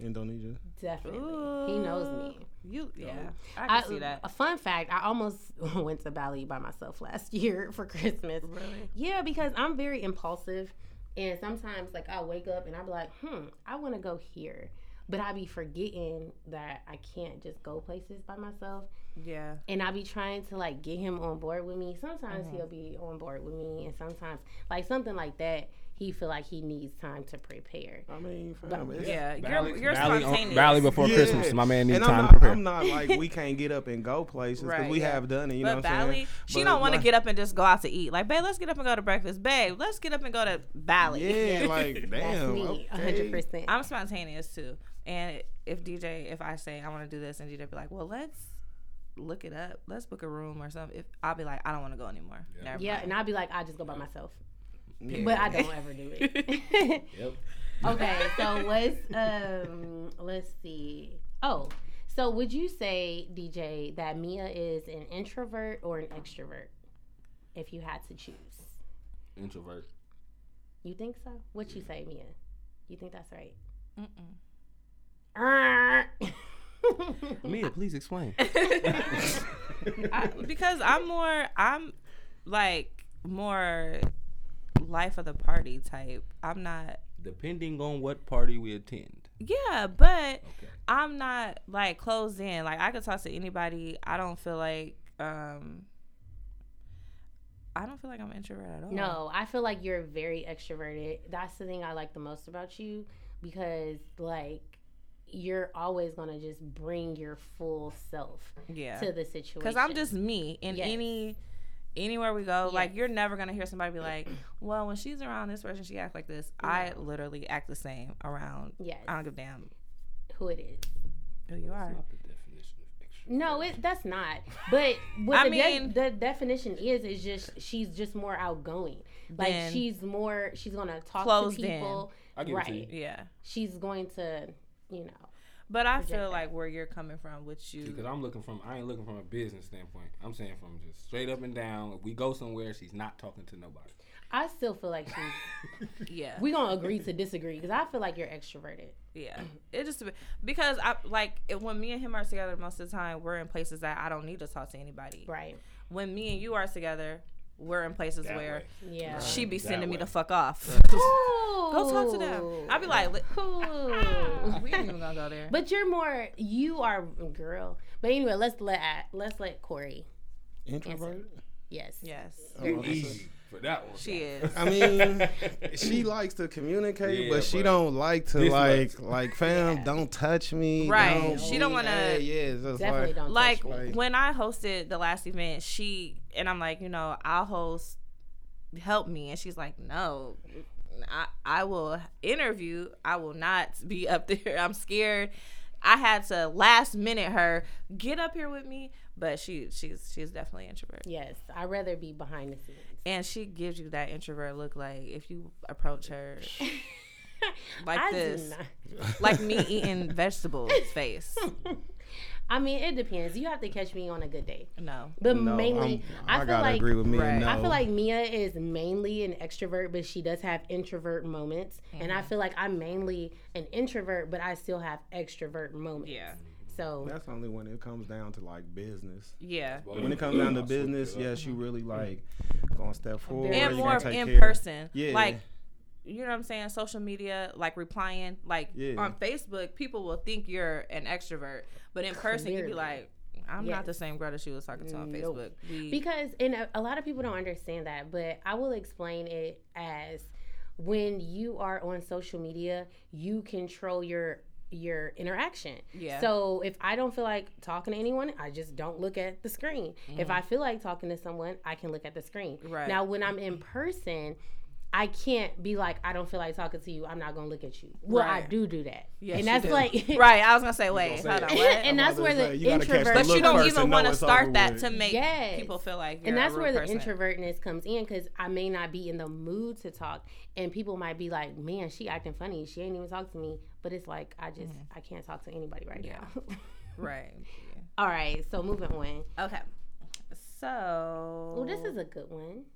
C: Indonesia.
B: definitely, he knows me.
A: You, yeah, I can see that.
B: A fun fact: I almost went to Bali by myself last year for Christmas.
A: Really?
B: Yeah, because I'm very impulsive, and sometimes like I wake up and i be like, "Hmm, I want to go here," but I be forgetting that I can't just go places by myself,
A: Yeah,
B: and I be trying to like get him on board with me. Sometimes he'll be on board with me, and sometimes like something like that, he feel like he needs time to prepare.
C: I mean, fam, it's-
A: yeah.
D: Bali-
A: you're you're
D: Bali on-
A: spontaneous.
D: Bali before
C: Yeah.
D: Christmas. My man needs
C: And I'm
D: time
C: not,
D: to prepare.
C: I'm not like we can't get up and go places because
A: Right,
C: we
A: yeah.
C: have done it. You know
A: but
C: what I'm
A: Bali,
C: saying?
A: she
C: But
A: don't want to
C: like-
A: get up and just go out to eat. Like, babe, let's get up and go to breakfast. Babe, let's get up and go to Bali.
C: Yeah, like damn.
B: That's me, hundred
C: okay.
B: percent.
A: I'm spontaneous too. And if DJ, if I say I want to do this, and DJ be like, well, let's look it up. Let's book a room or something. If I'll be like, I don't want to go anymore. Never
B: Yeah,
A: mind.
B: and I'll be like, I just go by myself.
C: Yeah.
B: But I don't ever do it.
D: Yep.
B: okay, so what's um let's see. Oh, so would you say, DJ, that Mia is an introvert or an extrovert if you had to choose?
D: Introvert.
B: You think so? What you say, Mia? You think that's right?
A: Mm-mm.
B: Err.
D: Mia, please explain.
A: I, because I'm more, I'm like more life of the party type. I'm not
D: Depending on what party we attend.
A: Yeah, but I'm not like closed in. Like I could talk to anybody. I don't feel like um I don't feel like I'm an introvert at all.
B: No, I feel like you're very extroverted. That's the thing I like the most about you because like you're always gonna just bring your full self
A: Yeah.
B: to the situation.
A: Cuz I'm just me in
B: Yes.
A: any anywhere we go. Like
B: Yes.
A: you're never going to hear somebody be like, "Well, when she's around this person, she act like this." I literally act the same around
B: yes,
A: I don't give a damn
B: who it is.
A: who you are.
D: the definition of extrovert.
B: No, it that's not. But what
A: I
B: the, de-
A: mean-
B: the definition is is just she's just more outgoing. Like
A: Then-
B: she's more she's gonna talk to
A: Closed in.
B: people.
D: I give it to you.
B: Right.
A: Yeah.
B: She's going to, you know.
A: But I
B: Reject
A: feel
B: that.
A: like where you're coming from with you
D: Because I'm looking from, I ain't looking from a business standpoint. I'm saying from just straight up and down. If we go somewhere, she's not talking to nobody.
B: I still feel like she's.
A: yeah.
B: We're gonna agree to disagree because I feel like you're extroverted.
A: Yeah, it just because I like it, when me and him are together. Most of the time, we're in places that I don't need to talk to anybody.
B: Right.
A: When me and you are together, we're in places
D: That
A: where
D: way.
B: Yeah.
A: she be
D: That
A: sending me
D: way.
A: the fuck off.
B: Go
A: go talk to them. I be like, "Li- we ain't even gonna go there.
B: but you're more. You are a girl. But anyway, let's let let's let Corey.
C: Introvert. Oh,
B: Yes.
A: yes,
B: Very
C: Okay.
D: Easy for that one.
A: she is.
C: I mean, she likes to communicate,
D: Yeah,
C: but she
D: but
C: don't like to
D: this
C: like
D: much.
C: like fam. Don't touch me.
A: Right.
C: Don't
A: She don't
C: be-
A: wanna-
C: Yeah, yeah. It's just
B: Definitely
C: like,
B: don't touch
A: like
B: me.
C: Like-
A: when I hosted the last event, she and I'm like, you know, I'll host, help me, and she's like, no, I I will interview, I will not be up there. I'm scared. I had to last minute her get up here with me, but she she's she's definitely introvert,
B: Yes. I'd rather be behind the scenes.
A: and she gives you that introvert look. Like if you approach her like
B: I do
A: this,
B: not.
A: like me eating vegetables face.
B: I mean, it depends. You have to catch me on a good day.
A: No,
B: But
C: No,
B: mainly,
C: I'm-
B: i
C: I
B: feel
C: gotta
B: like
C: agree with me.
A: Right.
C: No.
B: I feel like Mia is mainly an extrovert, but she does have introvert moments. And
A: Mm-hmm.
B: I feel like I'm mainly an introvert, but I still have extrovert moments.
A: yeah, Mm-hmm.
B: So
C: that's only when it comes down to like business.
A: yeah.
C: When it comes down to business, yes, you really like gonna step forward.
A: and
C: you
A: more
C: gonna
A: of
C: take
A: in
C: care.
A: person.
C: Yeah.
A: Like, you know what I'm saying? Social media, like replying, like
C: Yeah.
A: on Facebook, people will think you're an extrovert, but in person, you'd be
B: Clearly.
A: like, I'm
B: Yes.
A: not the same girl that she was talking to on
B: Nope.
A: Facebook. We-
B: Because, and a, a lot of people don't understand that, but I will explain it as when you are on social media, you control your your interaction.
A: Yeah.
B: So if I don't feel like talking to anyone, I just don't look at the screen. If I feel like talking to someone, I can look at the screen.
A: Mm-hmm. Right.
B: Now when I'm in person, I can't be like I don't feel like talking to you. I'm not gonna look at you. Well, I
A: Right.
B: do do that.
A: Yes, you
B: and that's
A: do.
B: like
A: right, I was gonna say, wait,
D: gonna
A: hold
D: say it.
A: on, what?
B: And that's where the
C: You gotta catch
B: introvert
C: the
A: but you
C: look
A: don't
C: first
A: even
C: and
A: want
C: know
A: to
C: it's over
A: start that
C: with.
A: to make
B: Yes.
A: people feel like you're
B: and that's
A: a rude
B: where the
A: person.
B: introvertness comes in because I may not be in the mood to talk, and people might be like, "Man, she acting funny. She ain't even talk to me." But it's like I just
A: Mm-hmm.
B: I can't talk to anybody right now.
A: Right.
B: All right, so moving on.
A: Okay. So,
B: Oh, this is a good one.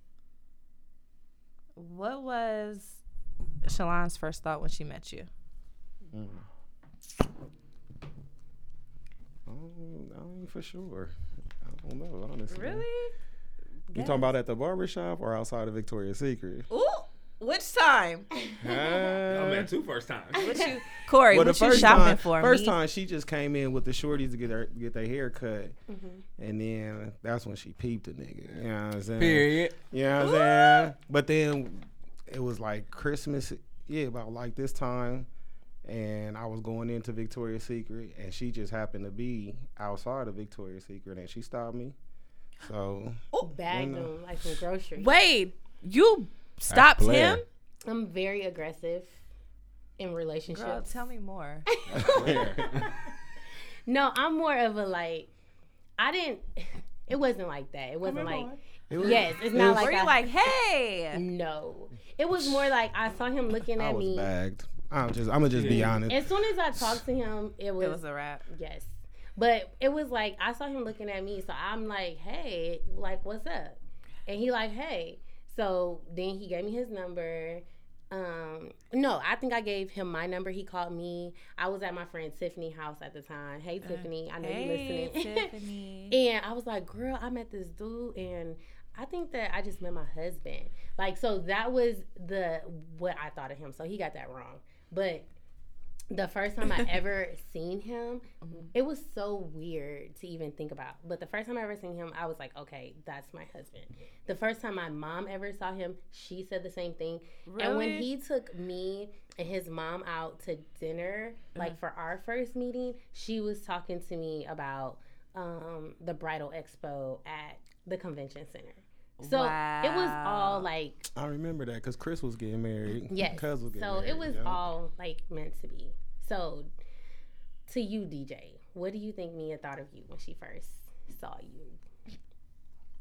A: what was Shalon's first thought when she met you?
C: Mm. I don't- I ain't for sure. I don't know, honestly. You talking about at the barber shop or outside of Victoria's Secret?
A: Ooh, which time?
D: I
C: Uh,
D: met two first times.
A: What you, Corey?
C: Well,
A: what you shopping
C: time,
A: for?
C: First
A: me?
C: time she just came in with the shorties to get her get their hair cut,
A: Mm-hmm.
C: and then that's when she peeped a nigga. You know what I'm saying?
D: Period.
C: You know what I'm saying? But then it was like Christmas, yeah, about like this time, and I was going into Victoria's Secret, and she just happened to be outside of Victoria's Secret, and she stopped me. So
A: Oh,
B: Bagged
C: no.
B: them like some groceries.
A: Wait, you stopped
D: Blair.
A: him?
B: I'm very aggressive in relationships.
A: Girl, tell me more.
B: No, I'm more of a like. I didn't. It wasn't like that. It wasn't like. yes, it's not like.
A: Were
B: I,
A: you like, hey?
B: No, it was more like I saw him looking
C: I
B: at
C: was
B: me.
C: bagged. I'm just, I'm gonna just be honest.
B: As soon as I talked to him, it was,
A: It was a wrap.
B: yes. But it was like I saw him looking at me, so I'm like, "Hey, like what's up?" And he like, "Hey." So then he gave me his number. Um, no, I think I gave him my number. He called me. I was at my friend Tiffany house at the time. Hey Tiffany, I know
A: Uh, Hey,
B: you listening.
A: Tiffany.
B: And I was like, girl, I met this dude and I think that I just met my husband. Like, so that was the what I thought of him. So he got that wrong. But the first time I ever seen him, it was so weird to even think about. But the first time I ever seen him, I was like, okay, that's my husband. The first time my mom ever saw him, she said the same thing. And when
A: Really?
B: he took me and his mom out to dinner, like for our first meeting, she was talking to me about um, the bridal expo at the convention center. So it was
A: Wow.
B: all like
C: I remember that because Chris was getting married.
B: yes.
C: Cuz
B: So
C: was getting married.
B: it was
C: yeah.
B: all like meant to be. So to you, DJ, what do you think Mia thought of you when she first saw you?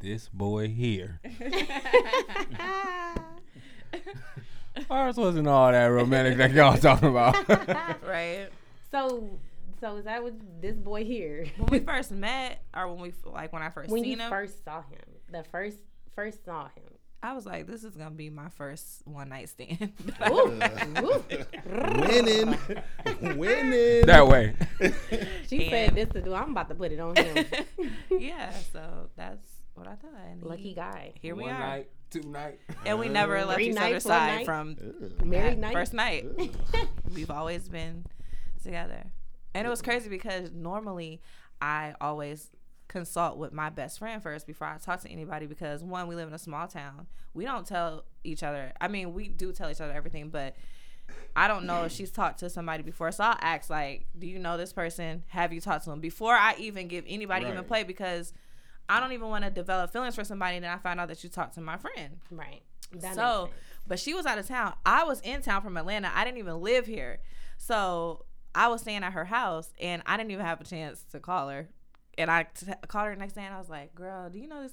D: This boy here. Ours wasn't all that romantic that y'all talking about.
A: Right.
B: So so is that what this boy here?
A: When we first met, or when we like when I first
B: when you
A: seen him,
B: first saw him, the first first saw him.
A: I was like, this is gonna be my first one night stand.
B: Ooh, ooh.
C: winning, winning.
D: that way.
B: She said
A: And-
B: this to do. I'm about to put it on him.
A: yeah. So that's what I thought. And
B: Lucky
A: he-
B: guy.
A: Here we
D: One
A: are.
D: night, two night.
A: And we never left
B: Three
A: each other's
B: nights, one
A: side
B: night.
A: from
B: Married
A: that
B: night.
A: first night. We've always been together. And it was crazy because normally I always consult with my best friend first before I talk to anybody because one, we live in a small town. We don't tell each other. I mean, we do tell each other everything, but I don't know if she's talked to somebody before. So I'll ask like, do you know this person? Have you talked to them? Before I even give anybody even
C: Right.
A: play because I don't even want to develop feelings for somebody and then I find out that you talked to my friend
B: Right. That
A: so,
B: makes sense.
A: but she was out of town. I was in town from Atlanta. I didn't even live here. So I was staying at her house and I didn't even have a chance to call her. And I t- called her the next day and I was like, girl, do you know this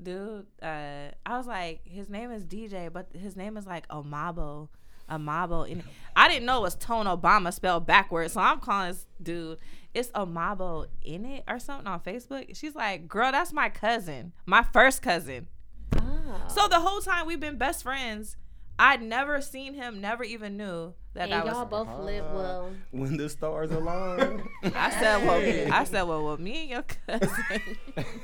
A: dude? Uh, I was like, his name is DJ, but his name is like Omabo. Amabo and I didn't know it was Tone Obama spelled backwards, so I'm calling this dude. It's Amabo in it or something on Facebook. She's like, "Girl, that's my cousin, my first cousin."
B: Ah.
A: So the whole time we've been best friends, I'd never seen him, never even knew that
B: and
A: I
B: y'all
A: was.
B: both live well.
C: when the stars align.
A: I said, well, me, I said, well, well, me and your cousin,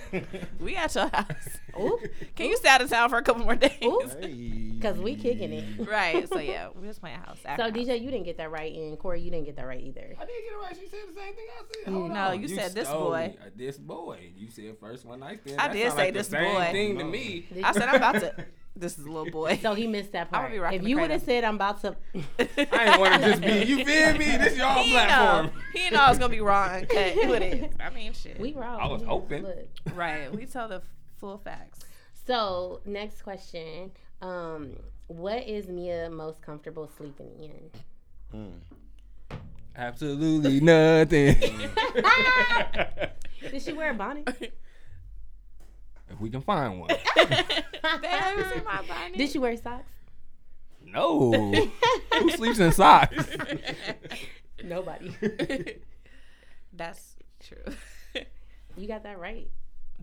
A: we at your house.
B: Oop.
A: Can you stay out of town for a couple more days?
B: Oop.
C: Hey.
B: Cause we kicking it.
A: Right. So yeah, we was playing house. at
B: So
A: her house.
B: DJ, you didn't get that right, and Corey, you didn't get that right either.
D: I didn't get it right. She said the same thing I said. Hold
A: No,
D: on.
A: you said this
D: stole
A: boy.
D: me. Uh, This boy. You said first one night stand.
A: I
D: That
A: did
D: sound
A: say
D: like the
A: this
D: same
A: boy.
D: thing to me.
A: I said, I'm about to. This is a little boy.
B: So he missed that
A: I'ma
B: part.
A: be rocking
B: if
A: the
B: you would
A: cradle.
B: have said I'm about to,
D: I ain't want to just be. You feel me? This y'all
A: he know.
D: platform.
A: He know I was gonna be wrong. and Cut who it is. I mean, shit.
B: we wrong.
D: I was open.
B: Look.
A: right. We tell the f- full facts.
B: So next question, um, what is Mia most comfortable sleeping in?
D: Absolutely nothing.
B: Did she wear a bonnet?
D: if we can find one.
A: Babe, have you seen my body?
B: Did she wear socks?
D: No. Who sleeps in socks?
B: Nobody.
A: That's true.
B: You got that right.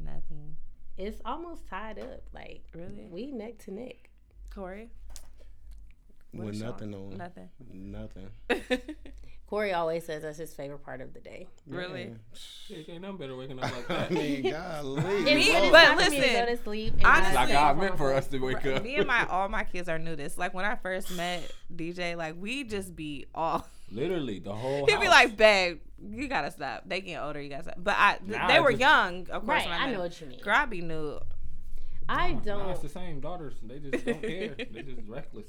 A: Nothing.
B: It's almost tied up. Like
A: Really?
B: we neck to neck.
A: Corey? What
C: With
A: is y'all?
C: nothing on.
A: Nothing.
C: Nothing.
B: Corey always says that's his favorite part of the day.
A: Really?
D: Yeah, ain't nothing better waking up like
C: Yeah.
D: that.
C: I mean, golly.
A: Me-
B: It's
C: Lord.
A: but
B: time for me to
A: listen,
B: go to sleep. and
A: honestly-
B: I-
D: like God meant for us to wake
A: Right.
D: up.
A: Me and my all my kids are new to this. Like when I first met DJ, like we just be off.
D: Literally, the whole.
A: He'd be
D: house.
A: like, "Babe, you gotta stop. They getting older. You gotta stop." But I, th-
D: Nah,
A: they
D: I
A: were
D: just-
A: young, of course.
B: right,
A: when I,
B: I
A: met
B: know
A: him.
B: what you mean.
A: Girl, I be new.
B: I
D: Nah, it's
B: don't.
D: the same daughters. They just don't care. they just reckless.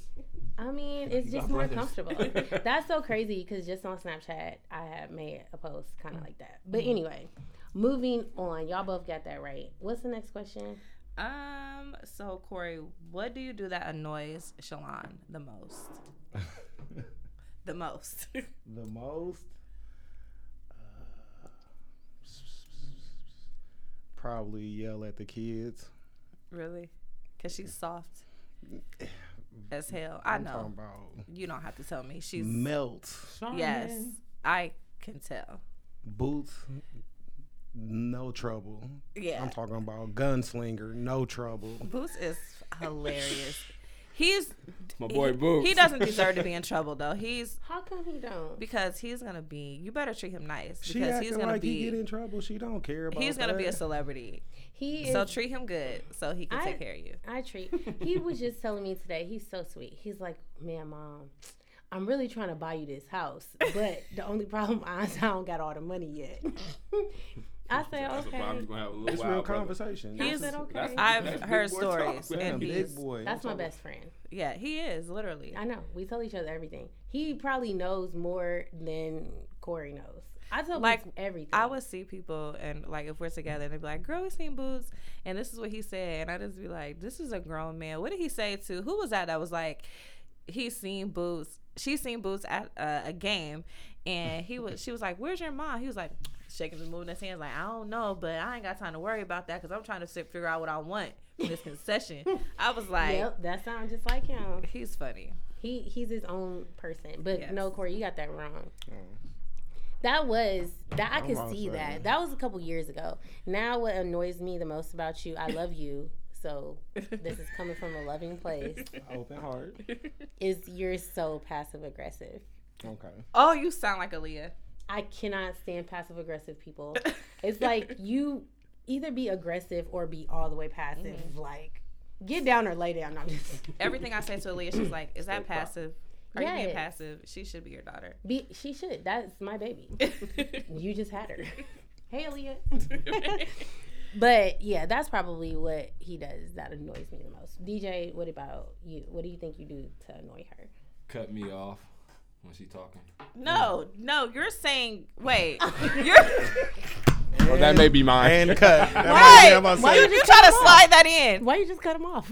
B: I mean, it's
D: You
B: just
D: got
B: more
D: brothers.
B: comfortable. That's so crazy because just on Snapchat, I have made a post kind of like that. But
D: Mm-hmm.
B: anyway, moving on. Y'all both got that right. What's the next question?
A: Um. So Corey, what do you do that annoys Shalon the most? The most.
C: the most? Uh, probably yell at the kids.
A: really? Cause she's soft as hell. I
C: I'm
A: know.
C: talking about
A: You don't have to tell me. She's
C: melt,
A: yes. I can tell.
C: boots, no trouble.
A: Yeah.
C: I'm talking about gunslinger, no trouble.
A: Boots is hilarious. He's
D: My boy Boots.
A: He doesn't deserve to be in trouble though. He's
B: How come he don't?
A: because he's gonna be. You better treat him nice
C: She
A: because
C: acting
A: he's gonna
C: like he get
A: be.
C: in trouble. She don't care about.
A: He's gonna be a
C: that.
A: celebrity.
B: He is
A: So treat him good so he can
B: I-
A: take care of you.
B: I treat. He was just telling me today. He's so sweet. He's like, man, mom, I'm really trying to buy you this house, but the only problem is I don't got all the money yet. I said,
D: That's a problem
B: okay.
D: you're gonna have a little
C: It's
D: while,
C: real
D: brother.
C: conversation.
B: I
A: He's-
B: said, okay.
D: That's-
A: I've
D: big
A: heard
D: boy talk,
A: stories,
D: man.
C: Damn,
A: and
C: big
A: he's-
C: boy.
B: That's my
C: I'm talking
B: best friend.
A: Yeah, he is literally.
B: I know. We tell each other everything. He probably knows more than Corey knows. I tell
A: Like,
B: like everything.
A: I would see people and like if we're together and they'd be like, "Girl, we seen boobs," and this is what he said, and I just be like, "This is a grown man." What did he say to who was that? That was like, he seen boobs. She seen boobs at uh, a game, and he was. She was like, "Where's your mom?" He was like, shaking and moving his hands, like, "I don't know, but I ain't got time to worry about that because I'm trying to sit, figure out what I want from this concession." I was like,
B: Yep, that sounds just like him.
A: "He's funny."
B: He he's his own person. But
A: Yes.
B: no, Corey, you got that wrong.
C: Oh.
B: That was that I
C: I'm
B: could
C: wrong
B: see
C: for that.
B: that. That was a couple years ago. Now what annoys me the most about you, I love you. So this is coming from a loving place.
C: Open heart.
B: Is you're so passive aggressive.
C: Okay.
A: Oh, you sound like Aaliyah.
B: I cannot stand passive aggressive people. It's like you either be aggressive or be all the way passive.
A: Mm-hmm.
B: Like get down or lay down. I'm just
A: Everything I say to Aaliyah, she's like, "Is that passive? Are you
B: Yes.
A: being passive? She should be your daughter."
B: be she should. That's my baby. You just had her. hey Aaliyah. but yeah, that's probably what he does that annoys me the most. DJ, what about you? What do you think you do to annoy her?
D: Cut me off when she talking.
A: No, no, you're saying wait. You're
D: Oh, that may be mine.
C: And cut. That's
A: Right.
C: what I'm
A: Why
C: saying.
A: you try to slide that in?
B: Why you just cut him off?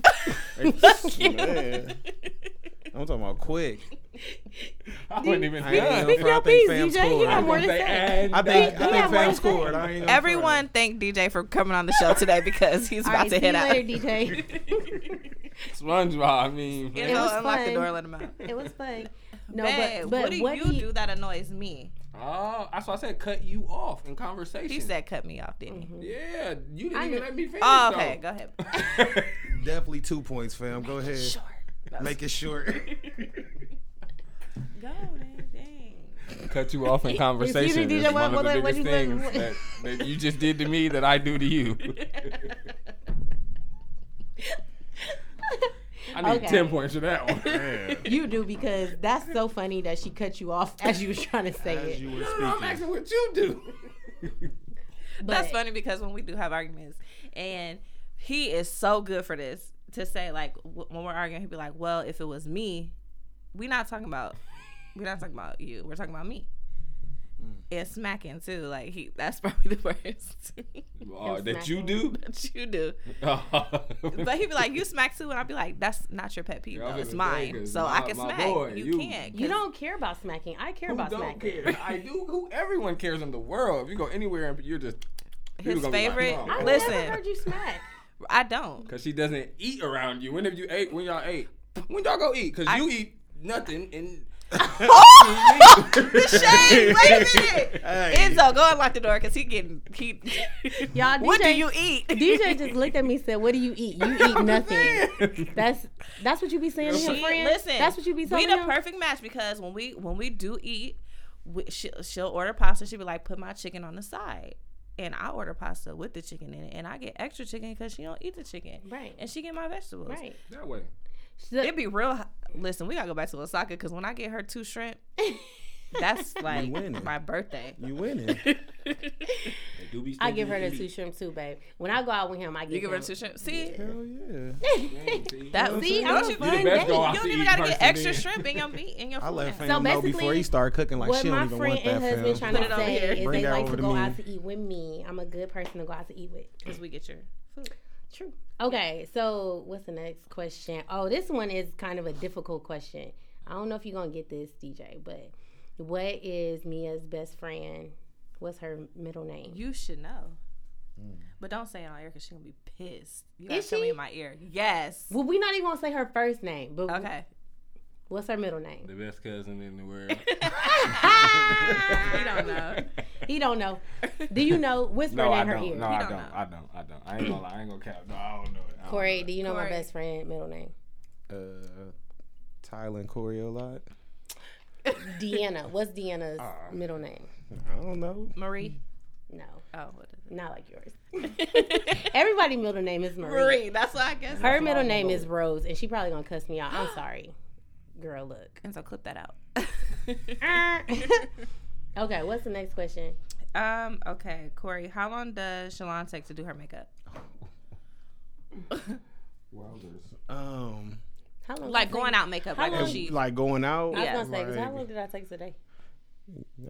C: Man, I'm talking about quick.
D: I wouldn't even
C: I ain't
D: done.
C: even
B: your
C: front. I
B: piece,
C: think fam
B: DJ. You
C: scored.
B: got
C: I
B: more
C: think-
B: to
D: They
B: say.
D: add
C: I think
D: that.
C: I
B: Yeah,
C: think
B: why
C: fam
B: you
C: scored.
B: saying?
C: I ain't gonna
A: Everyone thank DJ for coming on the show today because he's
B: All
A: about
B: right,
A: to
B: see you
A: hit out.
B: later, DJ.
D: SpongeBob. I mean,
A: You
D: man.
B: It
A: know,
B: was
A: unlock the
B: fun.
A: door, let him out.
B: it was fun. No,
A: Babe,
B: but, but
A: what do you
B: he-
A: do that annoys me?
D: oh, that's why I said cut you off in conversation.
A: He said cut me off,
B: Mm-hmm.
A: didn't he?
D: Yeah, you didn't
B: I
D: even
B: knew-
D: let me finish.
A: Oh, okay, go ahead.
D: ahead.
C: Definitely two points, fam. Go ahead.
A: Sure.
C: Make it short.
A: Go, man. Dang.
D: cut you off in conversation
B: Excuse me,
D: is
B: DJ,
D: one
B: what-
D: of the
B: what- what
D: biggest
B: you
D: things
B: look-
D: that, that you just did to me that I do to you. I need
B: Okay.
D: ten points for that one.
B: you do because that's so funny that she cut you off as you was trying to say it.
C: As you were
D: No, no, I'm
C: speaking.
D: asking what you do.
A: That's
B: But-
A: funny because when we do have arguments, and he is so good for this to say like w- when we're arguing, he'd be like, "Well, if it was me, we not talking about, we're not talking about you. We're talking about me."
D: Mm.
A: And smacking too, like he. That's probably the worst
D: Uh, that you
B: smacking.
D: do.
A: that you do.
D: but
A: But he'd be like, "You smack too," and I'd be like, "That's not your pet peeve.
D: Yeah, I was
A: though. It's
D: gonna say,
A: mine.
D: 'cause
A: So I
D: my-
A: can
D: my
A: smack.
D: boy,
A: you,
D: you-
A: can't.
B: You
A: 'cause
B: don't care about smacking. I care
D: Who
B: about
D: don't
B: smacking.
D: care? I do. Who everyone cares. I'm the world. If you go anywhere, and you're just
A: His
D: gonna be like,
A: favorite.
D: "Come on,
B: I
A: listen,
B: never heard you smack.
A: I don't.
D: because she doesn't eat around you. When have you ate? When y'all ate? When y'all go eat? Because you eat nothing and
A: the shade. Wait a minute.
C: Hey.
A: Enzo, go and lock the door because he getting he.
B: Y'all,
A: what do
B: DJ
A: you eat?
B: DJ just looked at me and said, "What do you eat? You eat nothing." That's that's what you be saying to
A: She,
B: him, friend.
A: listen,
B: that's what you be
A: We
B: saying.
A: the perfect match because when we when we do eat, we, she, she'll order pasta. She'll be like, "Put my chicken on the side," and I order pasta with the chicken in it, and I get extra chicken because she don't eat the chicken,
B: Right.
A: And she get my vegetables.
B: Right.
D: That way.
B: The-
A: It'd be real. h- Listen, we gotta go back to Osaka because when I get her two shrimp, that's like
C: winning.
A: my birthday.
C: You winning.
D: They do be
B: I give her the two shrimp too, babe. When I go out with him, I give,
A: You give her
B: him-
A: two shrimp. See,
C: Hell yeah.
D: shrimps.
A: that
B: See, I'm
A: don't
B: a
A: you,
B: fun
A: you
D: best go out
A: don't
D: to
A: even
D: eat
A: gotta get
D: person
A: extra
D: then.
A: shrimp in your meat in your
C: I
A: food.
C: let
A: now.
C: Fam know
B: basically,
C: before he start cooking like
B: what
C: she don't
B: my
C: even
B: friend
C: want that
B: and husband
C: fam.
B: trying
A: Put it
B: to
A: over
B: say
A: here.
B: is
C: Bring
B: they
C: that
B: like
C: over
B: to
C: to
B: go
C: me.
B: out to eat with me. I'm a good person to go out to eat with.
A: Cause we get your food.
B: True. Okay, so what's the next question? Oh, this one is kind of a difficult question. I don't know if you're gonna get this, DJ, but what is Mia's best friend? What's her middle name?
A: You should know.
C: Mm.
A: But don't say it on air because she's gonna be pissed. You gotta
B: Is
A: tell me
B: she?
A: in my ear. Yes.
B: Well, we're not even gonna say her first name, but
A: Okay.
B: what's her middle name?
D: The best cousin in the world.
A: You don't know.
B: He don't know. Do you know? Whisper
D: No,
B: it
D: I
B: in her ear.
D: don't. No, I
A: don't
D: don't.
A: know.
D: I don't. I don't. I ain't gonna lie. I ain't gonna cap. No, I don't know it. I don't
B: Corey,
D: know
B: do you know my
A: Corey.
B: best friend middle name?
C: Uh, Tyler and Corey a lot.
B: Deanna. What's Deanna's
D: Uh.
B: middle name?
C: I don't know.
A: Marie.
B: Mm. No,
A: Oh, what is
B: not like yours.
A: it?
B: Everybody's middle name is Marie.
A: Marie. That's why I guess.
B: Her middle name is Rose, and she probably gonna cuss me out. I'm sorry, girl. Look.
A: And so clip that out.
B: okay, what's the next question?
A: um. Okay, Corey. How long does Shalon take to do her makeup?
D: Wilders.
C: Um,
B: How long?
A: Like
B: does it
A: going out makeup. Like
B: long-
A: when she.
C: like going out.
B: take- I
A: Yeah.
B: was gonna say, 'cause
C: like-
B: how long did I take today?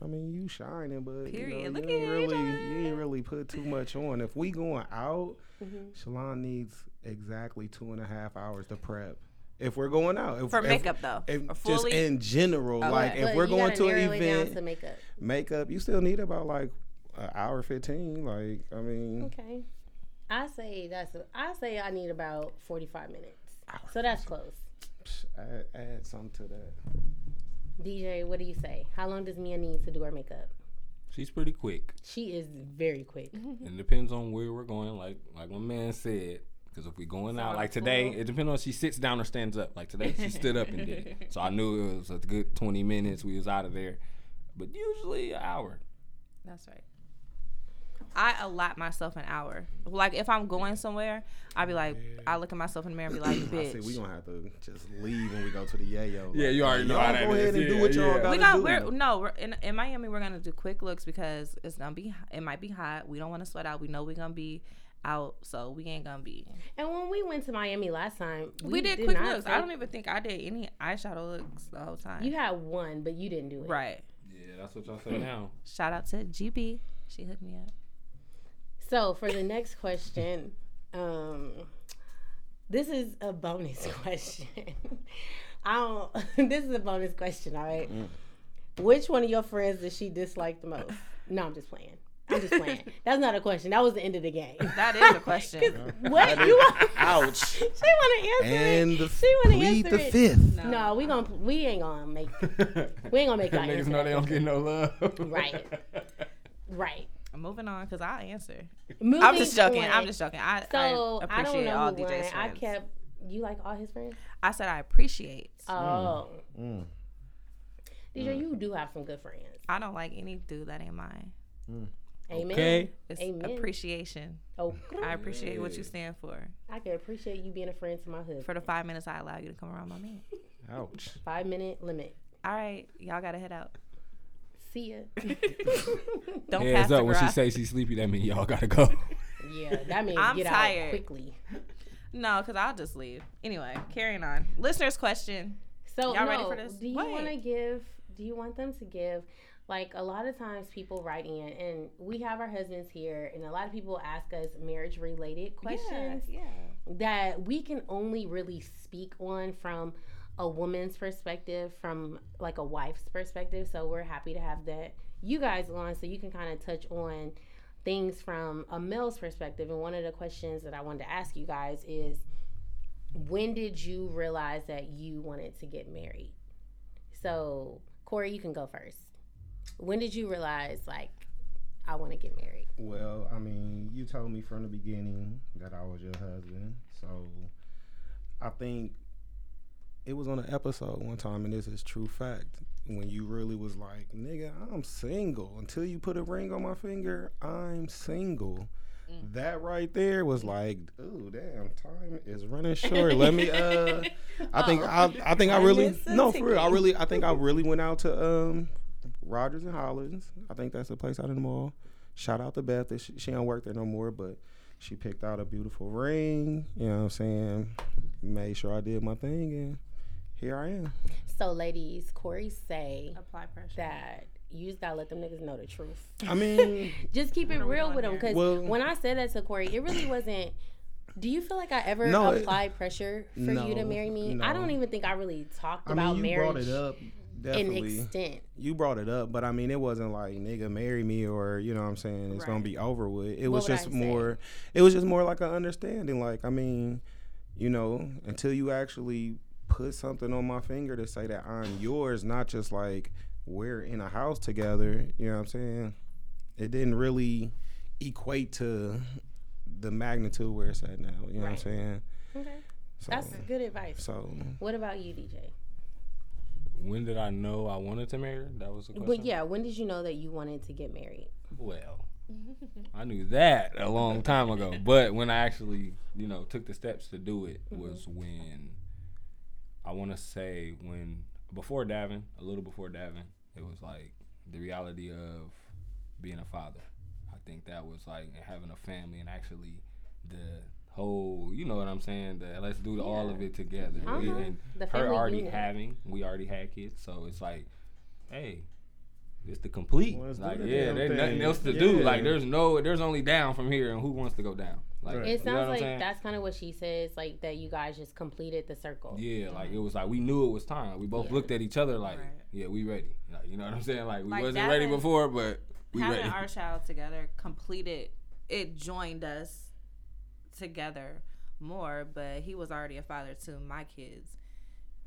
C: I mean, you shining, but you,
A: Period.
C: know,
A: Look
C: you
A: at
C: ain't
A: you
C: really
A: shining.
C: you ain't really put too much on. If we going out,
A: Mm-hmm.
C: Shalon needs exactly two and a half hours to prep. If we're going out, if,
A: For
C: if-
A: makeup though.
C: if-
A: Or
C: just
A: fully.
C: in general, like
B: But
C: if we're
B: you
C: going
B: gotta
C: to an
B: narrow it down
C: event,
B: to makeup.
C: makeup you still need about like an hour fifteen. Like I mean,
B: Okay, I say that's. A, I say I need about forty-five minutes. So that's close.
C: psh, add, add something to that.
B: DJ, what do you say? How long does Mia need to do her makeup?
D: She's pretty quick.
B: She is very quick.
A: Mm-hmm.
D: It depends on where we're going. Like like my man said, because if we're going out like today, it depends on if she sits down or stands up. Like today, she stood up and did it. So I knew it was a good twenty minutes. We was out of there, but usually an hour.
A: That's right. I allot myself an hour. Like if I'm going somewhere, I'll be like, I look at myself in the mirror and be like,
C: I said
A: bitch.
C: we gonna have to just leave when we go to the yayo.
D: Yeah,
C: Like,
D: you already know
C: y'all
D: how that
C: go ahead
D: is.
C: and do
D: Yeah,
C: what y'all
D: yeah.
C: gotta
A: We got
C: do.
A: we're no we're in, in Miami. We're gonna do quick looks because it's gonna be it might be hot. We don't want to sweat out. We know we're gonna be out, so we ain't gonna be.
B: And when we went to Miami last time,
A: We, did, quick
B: not
A: looks.
B: take-
A: I don't even think I did any eyeshadow looks the whole time.
B: You had one, but you didn't do it.
A: right.
D: Yeah, that's what y'all say now.
A: Shout out to GB. She hooked me up.
B: So for the next question, um, this is a bonus question. I don't. this is a bonus question. All right.
C: Mm.
B: Which one of your friends does she dislike the most? No, I'm just playing. I'm just playing. That's not a question. That was the end of the game.
A: That is a question.
B: What you want?
C: Ouch.
B: She want to answer
C: And
B: it.
C: the,
B: she want to
C: plead
B: answer
C: the
B: it.
C: fifth.
B: No, we gonna we ain't gonna make we ain't gonna make y'all
D: Niggas
B: answer.
D: know they
B: that.
D: don't get no love.
B: Right. Right.
A: Moving on, cause I answer.
B: Moving
A: I'm just joking.
B: on.
A: I'm just joking. I,
B: So
A: I
B: I, don't
A: appreciate
B: know
A: all
B: who
A: DJ's
B: won.
A: friends.
B: I kept. You like all his friends?
A: I said I appreciate.
B: Oh.
C: Mm.
B: DJ, you do have some good friends.
A: I don't like any dude that ain't mine.
B: Amen.
D: Okay.
A: It's
B: Amen.
A: appreciation.
B: Oh,
A: I appreciate what
D: Yeah.
A: you stand for.
B: I can appreciate you being a friend to my hood.
A: For the five minutes I allow you to come around my man.
C: Ouch.
B: Five minute limit.
A: All right, y'all gotta head out.
B: See ya.
A: Don't pass
D: Hands
A: the
D: up when she
A: garage.
D: say she sleepy. That mean y'all gotta go.
B: yeah, that means
A: I'm
B: get out
A: tired.
B: quickly.
A: no, because I'll just leave. Anyway, carrying on. Listeners question.
B: So
A: Y'all
B: no,
A: ready for this?
B: do you
A: Wait.
B: want to give? Do you want them to give? Like a lot of times people write in, and we have our husbands here, and a lot of people ask us marriage related questions.
A: Yeah.
B: that we can only really speak on from a woman's perspective, from like a wife's perspective. So we're happy to have that you guys on so you can kind of touch on things from a male's perspective. And one of the questions that I wanted to ask you guys is when did you realize that you wanted to get married? So Corey, you can go first. When did you realize like I want to get married?
C: Well, I mean, you told me from the beginning that I was your husband. So I think it was on an episode one time, and this is true fact. When you really was like, nigga, I'm single. Until you put a ring on my finger, I'm single. That right there was like, ooh, damn, time is running short. Let me uh I think I I think I
A: I
C: really
A: listen
C: no
A: to
C: for real. I
A: you.
C: really I think I really went out to um Rogers and Hollins. I think that's the place out in the mall. Shout out to Beth. She, she don't work there no more, but she picked out a beautiful ring. You know what I'm saying? Made sure I did my thing, and here I am.
B: So ladies, Corey say
A: Apply pressure.
B: that you just gotta let them niggas know the truth.
C: I mean,
B: Just keep it
A: know
B: real
A: what's
B: with
A: on
B: them.
A: there.
B: Because
C: Well-
B: when I said that to Corey, it really wasn't. Do you feel like I ever
C: No, it-
B: applied pressure for you to
C: No,
B: marry me? I
C: no.
B: don't even think I really talked
C: I
B: about
C: mean, you brought
B: marriage
C: it up.
B: in
C: Definitely,
B: extent.
C: you brought it up, but I mean, it wasn't like nigga marry me or you know what I'm saying it's gonna
A: Right.
C: be over with. It was
B: would I
C: just
B: say?
C: more, it was just more like an understanding. Like I mean, you know, until you actually put something on my finger to say that I'm yours, not just like we're in a house together. You know what I'm saying? It didn't really equate to the magnitude where it's at now. You know what I'm
B: Right.
C: saying?
B: Okay,
C: So,
B: that's good advice.
C: so
B: What about you, DJ?
D: When did I know I wanted to marry? her? That was the question.
B: But yeah, when did you know that you wanted to get married?
D: Well, I knew that a long time ago, but when I actually, you know, took the steps to do it was when I want to say when before Davin, a little before Davin, it was like the reality of being a father. I think that was like and having a family and actually the whole, you know what I'm saying, the let's do all of it together.
B: Uh-huh.
D: And
B: The
D: her
B: family
D: already
B: unit.
D: having, we already had kids, so it's like, hey, it's the complete.
C: Well, let's do
D: like
C: the
D: yeah,
C: damn
D: there's nothing
C: thing.
D: else to do.
C: Yeah.
D: Like there's no, there's only down from here, and who wants to go down? Like
C: Right.
B: It
D: you know what I'm
B: sounds like
D: saying?
B: that's kind of what she says, like that you guys just completed the circle.
D: Yeah, like it was like we knew it was time. We both
B: Yeah.
D: looked at each other like,
A: Right.
D: yeah, we ready. Like you know what I'm saying? Like we
A: Like,
D: wasn't
A: that
D: ready
A: was-
D: before, but we
A: Having
D: ready.
A: our child together completed it joined us together more, but he was already a father to my kids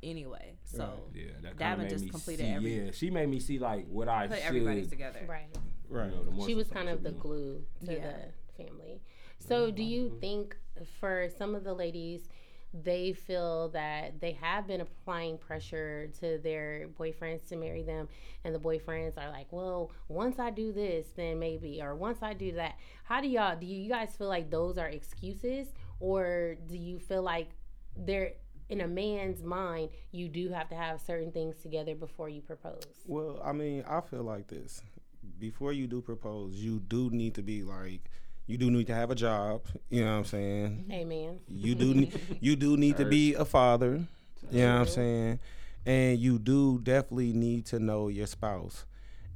A: anyway. So
D: yeah, that
A: Davin
D: kind of made
A: just
D: me
A: completed
D: see.
A: every-
D: Yeah, she made me see like what I
A: put
D: should.
A: everybody together.
B: Right.
D: you
C: right.
D: know, the more
B: She was
D: something
B: kind of
D: should
B: the
D: be.
B: glue to
A: Yeah.
B: the family. So, do you think for some of the ladies, they feel that they have been applying pressure to their boyfriends to marry them, and the boyfriends are like, "Well, once I do this, then maybe," or "Once I do that." How do y'all? Do you guys feel like those are excuses, or do you feel like they're in a man's mind, you do have to have certain things together before you propose.
C: Well, I mean, I feel like this. Before you do propose, you do need to be like, you do need to have a job. You know what I'm saying?
B: Amen.
C: You do, ne- you do need to be a father. You know what I'm saying? And you do definitely need to know your spouse.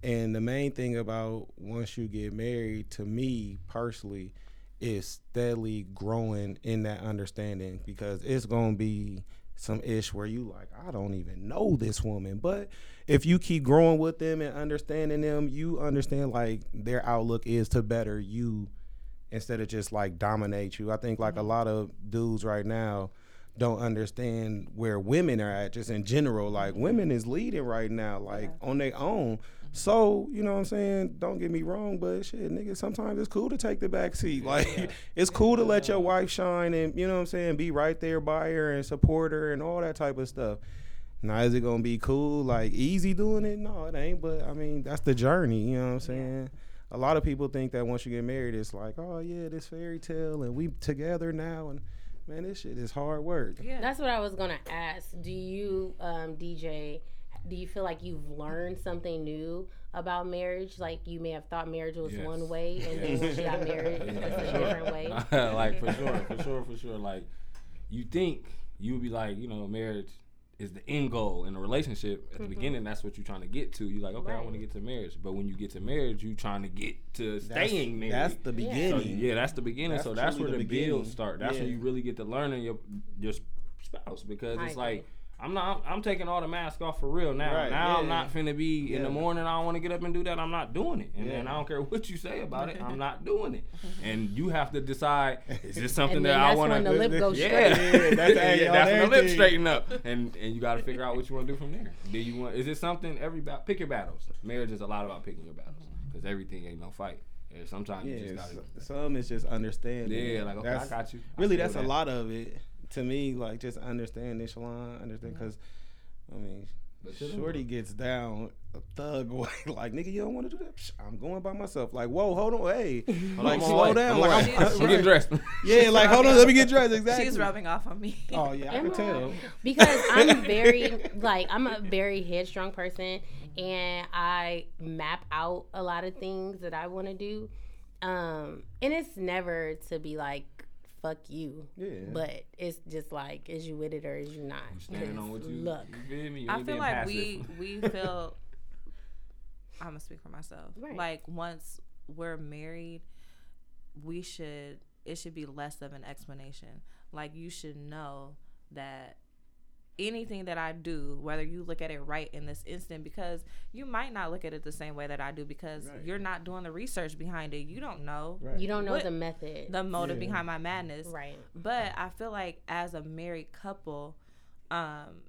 C: And the main thing about once you get married, to me personally, is steadily growing in that understanding because it's gonna be some ish where you like, I don't even know this woman. But if you keep growing with them and understanding them, you understand like their outlook is to better you instead of just like dominate you. I think like a lot of dudes right now don't understand where women are at just in general. Like women is leading right now, like on their own. So, you know what I'm saying? Don't get me wrong, but shit, nigga, sometimes it's cool to take the back seat. Like it's cool to let your wife shine and you know what I'm saying, be right there by her and support her and all that type of stuff. Now is it gonna be cool, like easy doing it? No, it ain't. But I mean, that's the journey. You know what I'm saying? A lot of people think that once you get married, it's like, oh yeah, this fairy tale, and we together now, and man, this shit is hard work.
A: Yeah.
B: That's what I was gonna ask. Do you, um, DJ, do you feel like you've learned something new about marriage? Like you may have thought marriage was
D: Yes.
B: one way, and then when she got married,
D: Yeah,
B: it's
D: for
B: a
D: sure.
B: different way.
D: like for sure, for sure, for sure. Like you think you would be like, you know, marriage is the end goal in a relationship. At the beginning, that's what you're trying to get to. You're like, okay, I
B: Mm-hmm. Right.
D: want to get to marriage. But when you get to marriage, you trying to get to
C: That's-
D: staying married.
C: That's the
B: Yeah.
D: So,
C: beginning.
D: yeah, that's the beginning.
C: That's
D: so that's where
C: truly
D: the,
C: the
D: build
C: beginning.
D: start. That's
C: Yeah.
D: when you really get to learning your your spouse because
B: I
D: it's
B: agree.
D: like I'm not. I'm, I'm taking all the mask off for real now.
C: Right,
D: now I'm
C: yeah.
D: not finna be in the
C: Yeah.
D: morning. I don't want to get up and do that. I'm not doing it. And
C: Yeah.
D: then I don't care what you say about it. I'm not doing it. And you have to decide: is this something
B: And
D: that
B: then
D: I
B: that's
D: want
B: when the
D: to?
B: lip goes
D: Yeah,
B: straight.
C: Yeah, that's- hey,
D: yeah,
C: y'all,
D: that's when the lip
C: everything.
D: straighten up, and and you got to figure out what you want to do from there. Do you want? Is it something? Every ba- pick your battles. Marriage is a lot about picking your battles because everything ain't no fight. And sometimes you just
C: Yeah,
D: gotta.
C: s- some is just understanding.
D: Yeah, like okay, I got you. I
C: really
D: feel
C: that's
D: that.
C: a lot of it to me like just understand this line understand because i mean
D: But to them,
C: shorty gets down a thug way like nigga you don't want to do that Psh, i'm going by myself like whoa hold on hey
D: Hold
C: like
D: on, I'm
C: slow
D: away.
C: down
D: I'm
C: like
D: away.
C: I'm,
D: I'm
C: right.
D: getting dressed.
C: yeah like hold on let me get dressed exactly
A: She's rubbing off on me.
C: oh yeah i
B: Am
C: can
B: I?
C: tell
B: because I'm very like I'm a very headstrong person and I map out a lot of things that I want to do. Um and it's never to be like fuck you.
C: yeah
B: But it's just like is you with it or is you not?
D: Standing on
B: Because
D: what you
B: look.
D: You feel me? You
A: I
D: ain't
A: feel
D: being
A: like
D: passive.
A: we we feel. I'm gonna speak for myself.
B: Right.
A: Like once we're married, we should it should be less of an explanation. Like you should know that anything that I do, whether you look at it right in this instant, because you might not look at it the same way that I do because
C: Right.
A: you're not doing the research behind it. You don't know
C: right
B: You don't know
A: What-
B: the method.
A: the motive
C: Yeah.
A: behind my madness.
B: right.
A: But I feel like as a married couple, um,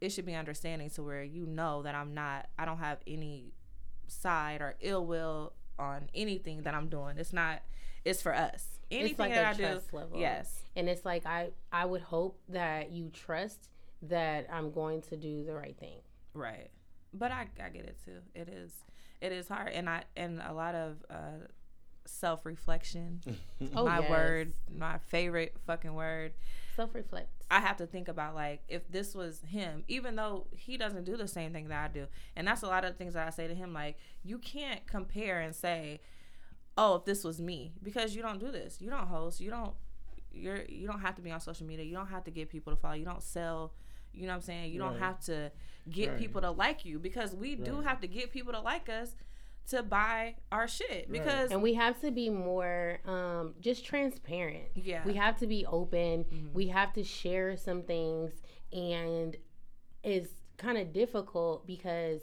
A: it should be understanding to where you know that I'm not, I don't have any side or ill will on anything that I'm doing. It's not, it's for us. Anything
B: like
A: that
B: a
A: I do,
B: trust level.
A: yes,
B: And it's like I I would hope that you trust that I'm going to do the right thing.
A: right. But I, I get it too. It is, it is hard, and I and a lot of uh, self reflection.
B: Oh,
A: my
B: yes.
A: word, my favorite fucking word.
B: Self-reflect.
A: I have to think about like if this was him, even though he doesn't do the same thing that I do, and that's a lot of the things that I say to him. Like you can't compare and say, "Oh, if this was me," because you don't do this. You don't host. You don't. You're. You don't have to be on social media. You don't have to get people to follow. You don't sell. You know what I'm saying? You don't
C: Right.
A: have to get
C: Right.
A: people to like you because we do
C: Right.
A: have to get people to like us to buy our shit because
B: And we have to be more um, just transparent.
A: Yeah. Mm-hmm.
B: We have to be open. We have to share some things. And it's kind of difficult because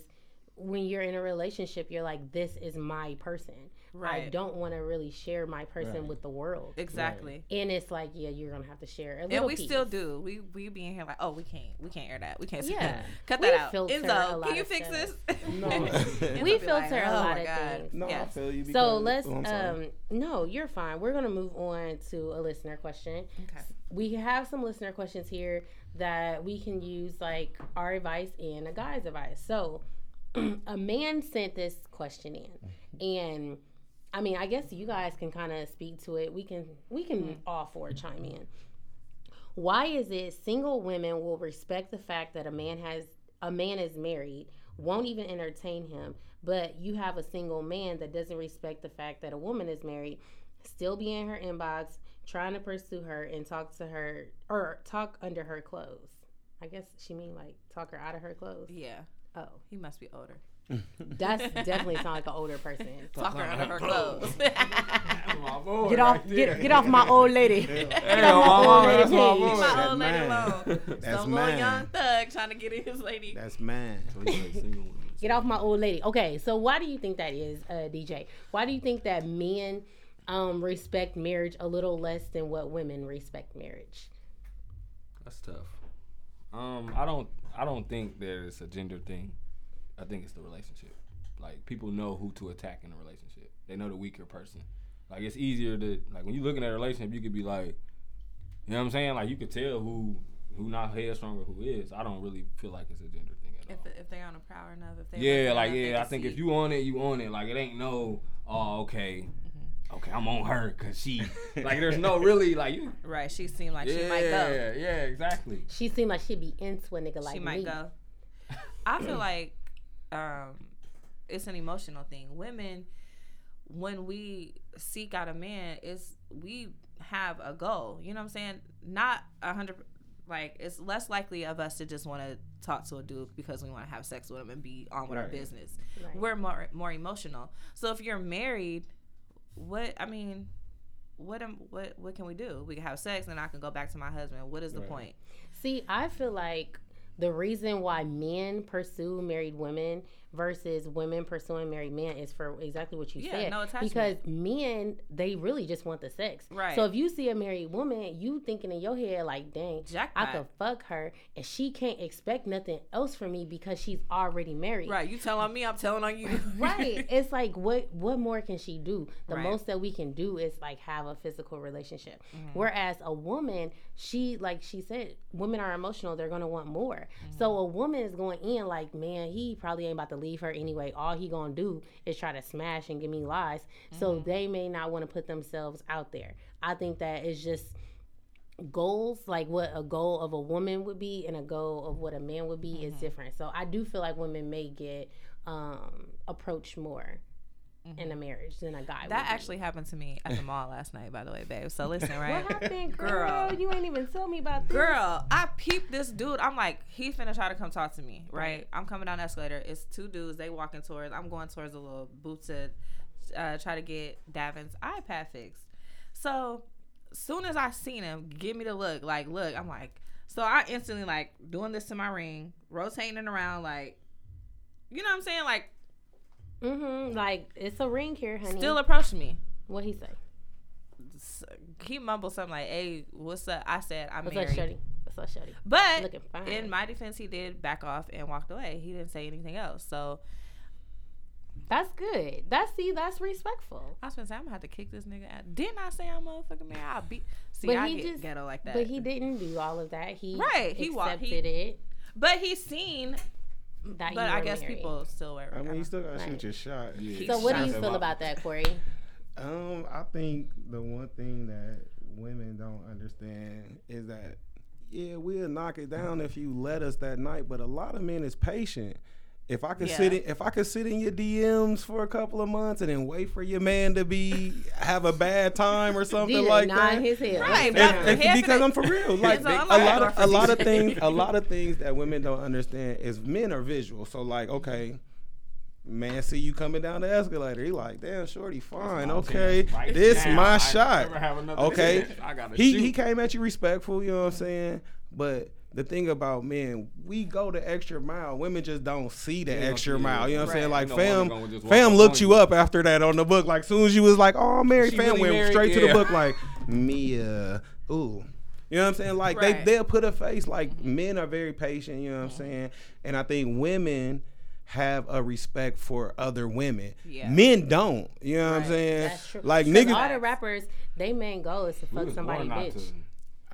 B: when you're in a relationship, you're like, this is my person. I
A: Right.
B: don't want to really share my person
C: Right.
B: with the world.
A: exactly.
B: And it's like, yeah, you're going to have to share a little
A: And we
B: piece.
A: still do. We we being here like, oh, we can't, we can't air that. We can't. say
B: Yeah.
A: that. cut
B: We
A: that out.
B: filter a
A: Enzo,
B: lot
A: can you
B: of
A: fix
B: stuff.
A: this?
C: No.
A: Enzo
B: We
A: be like,
B: filter a
A: "Oh
B: lot
A: my
B: of
A: God."
B: things.
C: no i
A: Yes.
C: feel you
B: So
C: because-
B: let's,
C: oh, I'm sorry.
B: um, no, you're fine. We're going to move on to a listener question.
A: Okay.
B: we have some listener questions here that we can use like our advice and a guy's advice. So a man sent this question in and I mean, I guess you guys can kind of speak to it. We can we can all four chime in. Why is it single women will respect the fact that a man has a man is married, won't even entertain him, but you have a single man that doesn't respect the fact that a woman is married, still be in her inbox, trying to pursue her and talk to her or talk under her clothes. I guess she mean like talk her out of her clothes.
A: Yeah,
B: Oh,
A: he must be older.
B: that's definitely sound like an older person.
A: Fuck her under her clothes.
D: That's my boy
B: Get
D: right
B: off,
D: there.
B: get, get off my old lady.
D: Hey,
B: off my old lady,
D: mama, that's my
B: please.
A: My
D: boy.
C: Oh, That's
A: old lady
C: mine.
A: alone.
C: That's
A: Some little
C: mine.
A: young thug trying to get in his lady.
C: that's mine
B: Get off my old lady. Okay, so why do you think that is, uh, DJ? Why do you think that men um, respect marriage a little less than what women respect marriage?
D: That's tough. Um, I don't I don't think there's a gender thing. I think it's the relationship. Like people know who to attack in a relationship. They know the weaker person. Like it's easier to like when you're looking at a relationship, you could be like, you know what I'm saying? Like you could tell who who not headstrong or who is. I don't really feel like it's a gender thing at all.
A: If, if they're on a power enough, if they
D: Yeah,
A: working
D: like
A: enough, they
D: yeah, I
A: can
D: think if
A: see.
D: you on it, you on it. Like it ain't no, oh okay,
A: Mm-hmm.
D: okay, I'm on her cause she like there's no really like you.
A: right, she seemed like
D: Yeah,
A: she might go.
D: yeah, exactly.
B: She seemed like she'd be into a nigga like
A: she might
B: me.
A: go. I feel like um, it's an emotional thing. Women, when we seek out a man, is we have a goal. You know what I'm saying? Not a hundred. Like it's less likely of us to just want to talk to a dude because we want to have sex with him and be on with our
C: Right.
A: business.
B: Right.
A: We're more more emotional. So if you're married, what I mean. What am what what can we do? We can have sex and I can go back to my husband. What is the
C: Right.
A: point?
B: See, I feel like the reason why men pursue married women versus women pursuing married men is for exactly what you
A: Yeah,
B: said.
A: no attachment.
B: because men, they really just want the sex.
A: Right.
B: So if you see a married woman, you thinking in your head like, dang, I
A: Jackpot.
B: could fuck her and she can't expect nothing else from me because she's already married.
A: Right. You telling on me, I'm telling on you.
B: right it's like what what more can she do the
A: Right.
B: most that we can do is like have a physical relationship whereas a woman she like she said women are emotional they're going to want more so a woman is going in like man he probably ain't about to leave her anyway all he going to do is try to smash and give me lies so they may not want to put themselves out there i think that it's just goals like what a goal of a woman would be and a goal of what a man would be
A: Mm-hmm.
B: is different so i do feel like women may get um approached more in a marriage than a guy
A: Mm-hmm. That
B: would
A: actually happened to me at the mall last night, by the way, babe. So listen,
B: be.
A: right?
B: what happened girl,
A: Girl.
B: you ain't even tell me about this
A: Girl, I peeped this dude. I'm like, he finna try to come talk to me, right? I'm coming down the escalator. It's two dudes. They walking towards. I'm going towards a little booth to uh, try to get Davin's iPad fixed. So soon as I seen him, give me the look. Like, look. I'm like, so I instantly like doing this to my ring, rotating it around, like, you know what I'm saying? Like,
B: mm-hmm like it's a ring here honey
A: still approaching me.
B: what he say
A: S- He mumbled something like, "Hey, what's up?" I said, "I'm
B: what's
A: married."
B: up shorty what's up shorty
A: But
B: Looking fine.
A: in my defense, he did back off and walked away. He didn't say anything else. So
B: that's good that's see that's respectful
A: I was gonna say, I'm gonna have to kick this nigga out. Didn't I say I'm motherfucking man? I'll beat. See,
B: But
A: I
B: he
A: get
B: just-
A: ghetto like that.
B: but he didn't do all of that he
A: Right, he
B: accepted
A: wa- he-
B: it
A: But he seen.
B: that
A: But
B: you
A: I
B: were
A: guess
B: married.
A: people still wear.
C: I mean, you still gotta
B: Right.
C: shoot your shot.
D: Yeah.
B: so what do
A: Shots
B: you
A: at
B: feel
D: my-
B: about that corey
C: Um, I think the one thing that women don't understand is that yeah, we'll knock it down if you let us that night, but a lot of men is patient. If I could
A: Yeah.
C: sit in, if I could sit in your DMs for a couple of months and then wait for your man to be have a bad time or something
B: Did
C: like
B: nod
C: that,
B: his head.
A: Right,
C: If-
A: but
C: if-
A: half of
C: because
A: the-
C: I'm for real. Like
A: It's all
C: a
A: right.
C: lot of a lot of things a lot of things that women don't understand is men are visual. So like, okay, man see you coming down the escalator. He like, damn shorty, fine, okay.
D: Right
C: this
D: now,
C: my
D: I
C: shot.
D: never have another
C: Okay.
D: chance. I gotta
C: He
D: shoot.
C: he came at you respectful, you know what I'm saying? But the thing about men, we go the extra mile. Women just don't see the
D: don't
C: extra
D: see it.
C: mile. You know what I'm saying?
A: Right.
C: Like
D: No
C: fam,
D: wonder gonna just walk
C: fam
D: up
C: looked
D: on
C: you
D: you.
C: up after that on the book. Like soon as you was like, oh, I'm married,
D: She
C: fam
D: really
C: went
D: married?
C: straight to the
D: Yeah.
C: book. Like Mia, ooh. You know what I'm saying? Like
A: Right.
C: they they'll put a face. Like men are very patient. You know what I'm saying? And I think women have a respect for other women.
A: Yeah.
C: Men don't. You know what I'm
A: Right.
C: saying?
B: That's true.
C: Like
B: 'Cause
C: niggas.
B: all the rappers, they main goal is to
D: We
B: fuck
D: was
B: somebody,
D: born not
B: bitch.
D: to-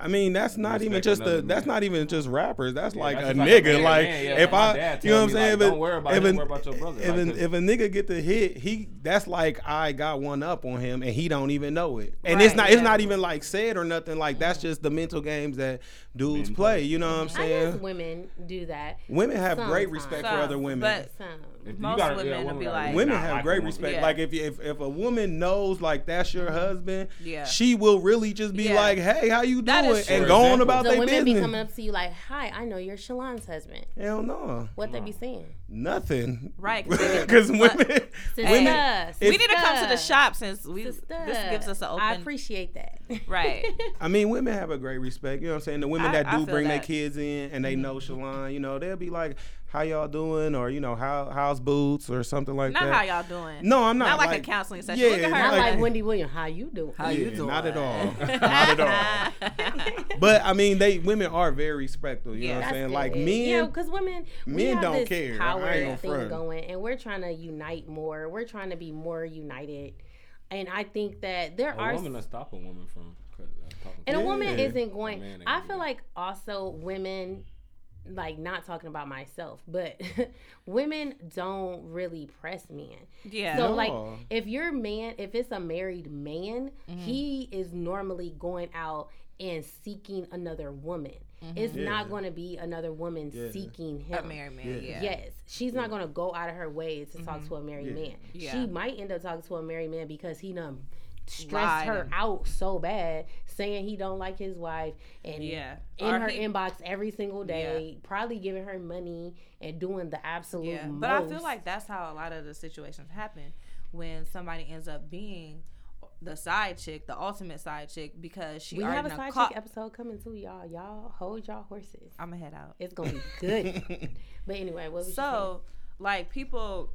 C: I mean, that's not even
D: Respect
C: just
D: another
C: the. That's
D: man.
C: not even just rappers. That's like
D: that's
C: a
D: just like a
C: nigga.
D: man,
C: like
D: man, yeah.
C: if
D: My
C: I,
D: dad
C: you know what
D: tell
C: I'm
D: me,
C: saying?
D: like,
C: But
D: don't worry about him,
C: if a-
D: worry about your brother,
C: If,
D: like,
C: an-
D: 'cause-
C: if a nigga get the hit, he that's like I got one up on him and he don't even know it. And it's
A: Right,
C: not.
A: yeah.
C: It's not even like said or nothing. Like that's just the mental games that dudes
D: Men
C: play.
D: play.
C: You know what I'm
B: I guess
C: saying?
B: women do that.
C: Women have great
B: Sometimes.
C: respect for
A: Some,
C: other women.
A: but-
B: Some.
D: If you
A: Most
D: gotta-
A: women
D: yeah,
A: would
D: women
A: be
D: gotta
A: like-
D: really
C: Women
D: not
C: have
D: like
C: great
D: a woman.
C: respect.
A: Yeah. Mm-hmm.
C: Like if, if if a woman knows like that's your husband,
A: Yeah.
C: she will really just be
A: Yeah.
C: like, "Hey, how you
A: That
C: doing?"
A: is
C: and
D: true.
C: go on
D: Example.
C: about
B: So
C: their
B: women be
C: business.
B: coming up to you like, "Hi, I know you're Shalon's husband."
C: Hell no,
B: What they be saying?
C: nothing.
A: Right, 'cause they get
C: because
A: the
C: women,
A: fuck-
B: Sister,
C: women.
A: we need to come to the shop since we.
B: sister.
A: This gives us an open.
B: I appreciate that.
A: Right.
C: I mean, women have a great respect. You know what I'm saying? The women
A: I-
C: that
A: I
C: do
A: feel
C: bring their
A: that. Mm-hmm.
C: kids in and they know Shalon, you know, they'll be like, "How y'all doing?" or you know, "How how's boots?" or something like
A: not
C: that.
A: how y'all doing.
C: No, I'm
A: Not
C: not,
A: like,
C: like-
A: a counseling session.
C: yeah,
A: Look at her.
B: Not
C: Not
B: like
C: like-
B: Wendy Williams. How you doing?
A: How you
C: Yeah,
A: doing?
C: not at all. Not at
A: all.
C: But I mean, they women are very respectful.
A: Yeah.
C: You know what I'm
B: That's
C: saying? Like
B: good.
C: men,
B: yeah, because women, we
C: men
B: have
C: don't
B: this
C: care. I
B: Power
C: ain't gonna
B: thing
C: front.
B: going, and we're trying to unite more. We're trying to be more united, and I think that there
D: A
B: are
D: woman to stop a woman from. uh, talking
B: And
D: to
B: a woman
C: Yeah.
B: isn't going.
D: A man ain't
B: I
D: gonna
B: feel
D: do
B: like also women, like not talking about myself, but women don't really press men.
A: yeah.
B: So
C: No.
B: like, if your man, if it's a married man,
A: Mm-hmm.
B: he is normally going out and seeking another woman. It's
D: Mm-hmm.
C: Yeah.
B: not going to be another woman seeking him.
A: a married man. Yeah. Mm-hmm.
B: Yes, she's not gonna go out of her way to talk to a married
C: Yeah.
B: man.
A: Yeah.
B: She might end up talking to a married man because he done stressed
A: Lied
B: her
A: and-
B: out so bad, saying he don't like his wife and
A: Yeah.
B: in
A: Or
B: her
A: he-
B: inbox every single day, probably giving her money and doing the absolute
A: Yeah,
B: most.
A: but I feel like that's how a lot of the situations happen when somebody ends up being the side chick, the ultimate side chick, because she
B: We have
A: already
B: a side
A: caught.
B: chick episode coming too, y'all. Y'all hold y'all horses.
A: I'm gonna head out.
B: It's gonna be good. but anyway, what was you saying?
A: So, like people,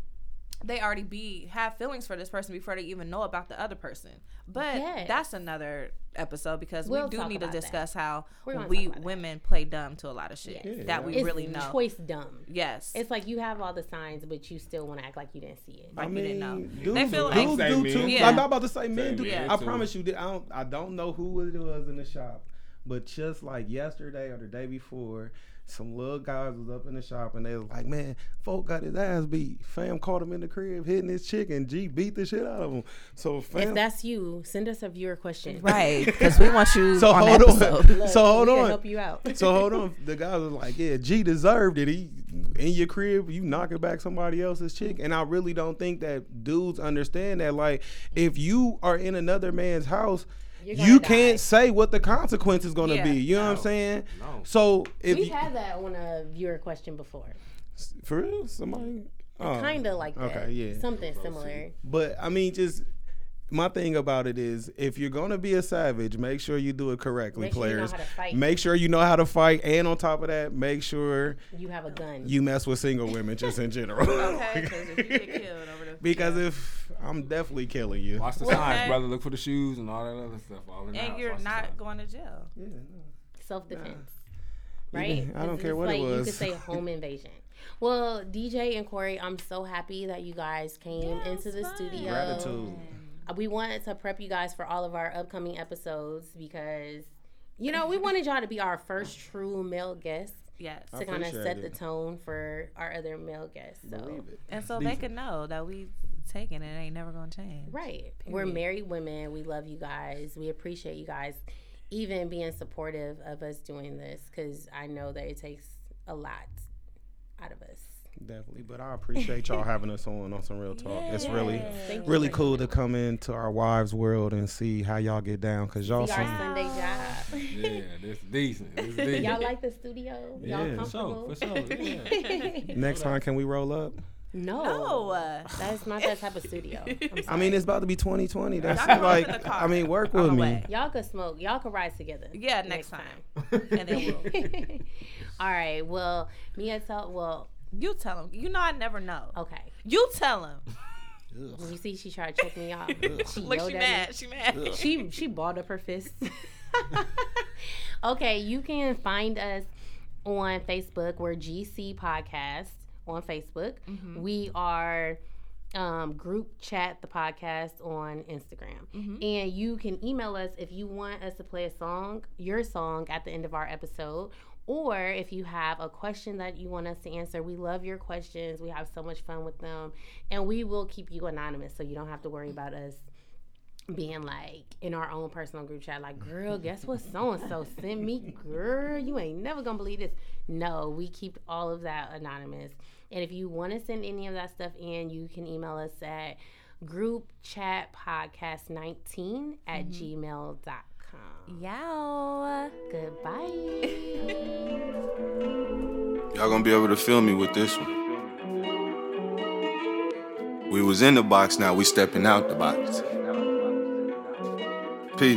A: they already be have feelings for this person before they even know about the other person. But
B: Yes.
A: that's another episode because
B: We'll
A: we do
B: talk
A: need to
B: about that.
A: discuss how
B: We're gonna
A: we
B: talk about that.
A: women play dumb to a lot of shit
C: Yeah.
A: that we
B: it's
A: really know.
B: choice dumb.
A: yes.
B: It's like you have all the signs, but you still want to act like you didn't see it.
C: I
A: Like you didn't know.
C: mean, dudes,
A: They feel like-
C: dudes
D: Say
C: do
D: men.
C: too.
A: Yeah.
C: I'm not about to say men do.
D: men
C: I
D: too.
C: promise you that I don't, I don't know who it was in the shop, but just like yesterday or the day before, some little guys was up in the shop and they was like, "Man, folk got his ass beat. Fam caught him in the crib hitting his chick, and G beat the shit out of him." So
B: If
C: fam,
B: that's you, send us a viewer question.
A: Right, because we want you
C: so
A: on
C: hold
A: episode.
C: on, so hold
B: We'll
C: on.
B: help you out.
C: So hold on. The guy was like, "Yeah, G deserved it. He in your crib, you knocking back somebody else's chick." And I really don't think that dudes understand that. Like, if you are in another man's house,
B: You're
C: you
B: gonna die.
C: can't say what the consequence is going to
A: Yeah.
C: be. You know what I'm
D: No.
C: saying?
D: No.
C: So if
B: We've
C: you,
B: had that on a viewer question before.
C: for real, somebody oh.
B: Kind of like that.
C: okay, yeah.
B: Something similar.
C: But I mean, just my thing about it is, if you're gonna be a savage, make sure you do it correctly,
B: Make sure you know
C: players.
B: how to fight.
C: Make sure you know how to fight, and on top of that, make sure
B: You have a gun.
C: you mess with single women just in general.
A: Okay, because if you get killed over the
C: because if I'm definitely killing you,
D: Watch the
A: Well,
D: signs,
A: okay.
D: brother. Look for the shoes and all that other stuff. All in the
A: and
D: house.
A: you're
D: Watch the
A: not
D: signs.
A: going to jail.
C: yeah,
B: Self defense. Right?
C: I don't
B: It's-
C: care
B: it's
C: what it
B: like You could
C: was.
B: say home invasion. Well, DJ and Corey, I'm so happy that you guys came
A: Yes,
B: into the
A: fun.
B: studio. Uh,
C: gratitude.
B: we want to prep you guys for all of our upcoming episodes because you know we wanted y'all to be our first true male guest
A: Yes,
C: I
B: to kind of
C: appreciate
B: set
C: it.
B: the tone for our other male guests so
C: Believe it.
A: and so they can know that we taking it ain't never gonna change.
B: right we're married women we love you guys we appreciate you guys even being supportive of us doing this because i know that it takes a lot out of us
C: Definitely, but I appreciate y'all having us on on some real talk. It's really,
B: Thank you
C: really
B: for
C: cool to come into our wives' world and see how y'all get down. Cause y'all
B: be our
C: some-
B: sunday job
D: Yeah, this decent. This decent.
B: y'all like the studio y'all
C: Yeah.
D: for sure,
B: comfortable
D: for sure. Yeah.
C: next time can we roll up?
A: No, uh,
B: That's not that type of studio. I'm
C: I
B: sorry.
C: mean, it's about to be 2020. That's
A: Y'all go
C: like,
A: in the car
C: I mean, work
A: on
C: with
A: the
C: me.
A: way.
B: y'all could smoke. Y'all could ride together.
A: Yeah, next, time. and then we'll,
B: All right. Well, Mia tell. Well,
A: you tell them. You know, I never know.
B: okay.
A: You tell them.
B: Well, you see, she tried to check me out. She
A: Look,
B: yelled
A: she
B: at
A: mad.
B: me.
A: She mad.
B: She she balled up her fist. okay, you can find us on Facebook. We're GC Podcast on Facebook. We are um, group chat the podcast on Instagram. And you can email us if you want us to play a song, your song at the end of our episode. Or if you have a question that you want us to answer, we love your questions. We have so much fun with them. And we will keep you anonymous so you don't have to worry about us being like in our own personal group chat, like, girl, guess what so and so sent me? Girl, you ain't never gonna believe this. No, we keep all of that anonymous. And if you want to send any of that stuff in, you can email us at groupchatpodcast19 at gmail.com.
A: Yow.
B: Goodbye.
E: Y'all gonna be able to feel me with this one. We was in the box, now we stepping out the box. P.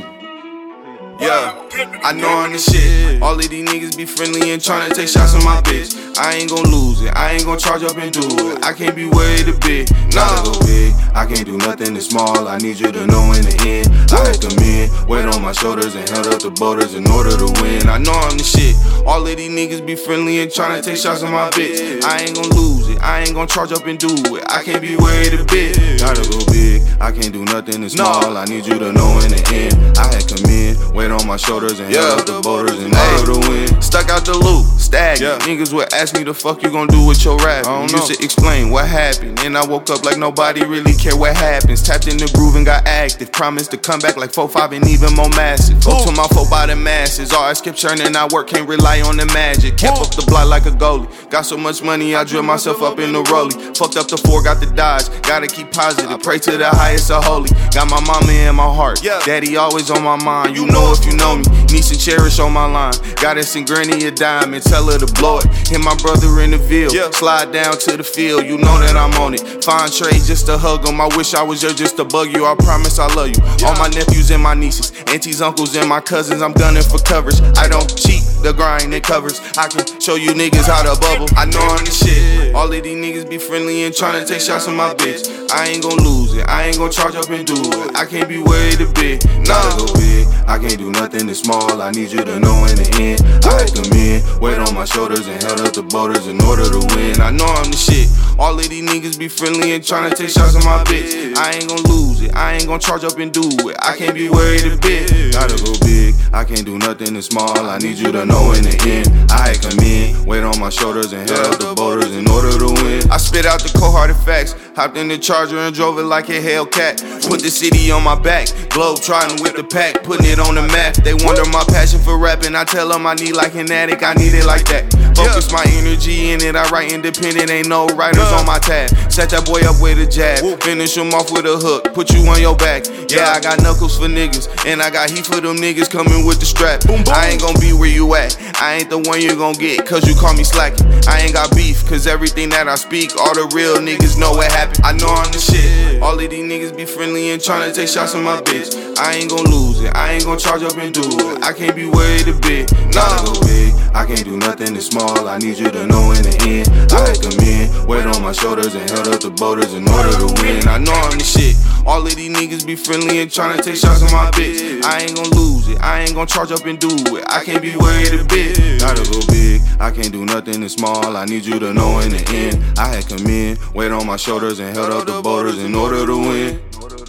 E: Yeah, I know I'm the shit. All of these niggas be friendly and tryna take shots on my bitch. I ain't gon' lose it. I ain't gon' charge up and do it. I can't be way too big, not a little big. I can't do nothing that's small. I need you to know in the end. I had to men weight on my shoulders and held up the boulders in order to win. I know I'm the shit. All of these niggas be friendly and tryna take shots on my bitch. I ain't gon' lose it. I ain't gon' charge up and do it. I can't be way too big, gotta go big. I can't do nothing that's small. I need you to know in the end. I had come in, weight on my shoulders and held up the boulders in order to win. Stuck out the loop, stagnant. Niggas would ask me the fuck you gon' do with your rap. I don't Used to explain what happened, and I woke up like nobody really care what happens. Tapped in the groove and got active. Promised to come back like 4-5 and even more massive. Go to my 4 by the masses. Always kept churning I work, can't rely on the magic. Kept up the block like a goalie. Got so much money, I drill myself up in the rollie. Fucked up the four, got the dodge. Gotta keep positive. Pray to the highest of holy. Got my mama in my heart. Daddy always on my mind. You know if you hating on me. Niece and Cherish on my line. Goddess and Granny a dime and tell her to blow it. And my brother in the veil. Slide down to the field, you know that I'm on it. Find trade just a hug 'em. I wish I was there just to bug you. I promise I love you. All my nephews and my nieces, aunties, uncles, and my cousins. I'm gunning for coverage. I don't cheat the grind and covers. I can show you niggas how to bubble. I know I'm the shit. All of these niggas be friendly and tryna take shots at my bitch. I ain't gon' lose it. I ain't gon' charge up and do it. I can't be worried a bit. Nah, go big. I can't do nothing that's small. I need you to know in the end. I come in, weight on my shoulders and held up the boulders in order to win. I know I'm the shit. All of these niggas be friendly and tryna take shots at my bitch. I ain't gon' lose it. I ain't gon' charge up and do it. I can't be worried a bit. Gotta go big. I can't do nothing that's small. I need you to know in the end. I come in, weight on my shoulders and held up the boulders in order to win. I spit out the cold-hearted facts. Hopped in the charger and drove it like a Hellcat. Put the city on my back. Globe trotting with the pack, putting it on the map. They wonder my passion for rapping. I tell them I need like an addict. I need it like that. Focus my energy in it. I write independent. Ain't no writers on my tab. Set that boy up with a jab. Finish him off with a hook. Put you on your back. Yeah, I got knuckles for niggas. And I got heat for them niggas coming with the strap. I ain't gonna be where you at. I ain't the one you gonna get. Cause you call me slacking. I ain't got beef. Cause everything that I speak, all the real niggas know what happened. I know I'm the shit. All of these niggas be friendly and tryna take shots at my bitch. I ain't gon' lose it. I ain't gon' charge up and do it. I can't be worried a bit. Nah, go big. I can't do nothing that's small. I need you to know in the end. I come in, weight on my shoulders and held up the boulders in order to win. I know I'm the shit. All of these niggas be friendly and tryna take shots at my bitch. I ain't gon' lose it. I ain't gon' charge up and do it. I can't be worried a bit. Gotta go big. I can't do nothing that's small. I need you to know in the end. I had come in, weight on my shoulders and held up the boulders in order to win.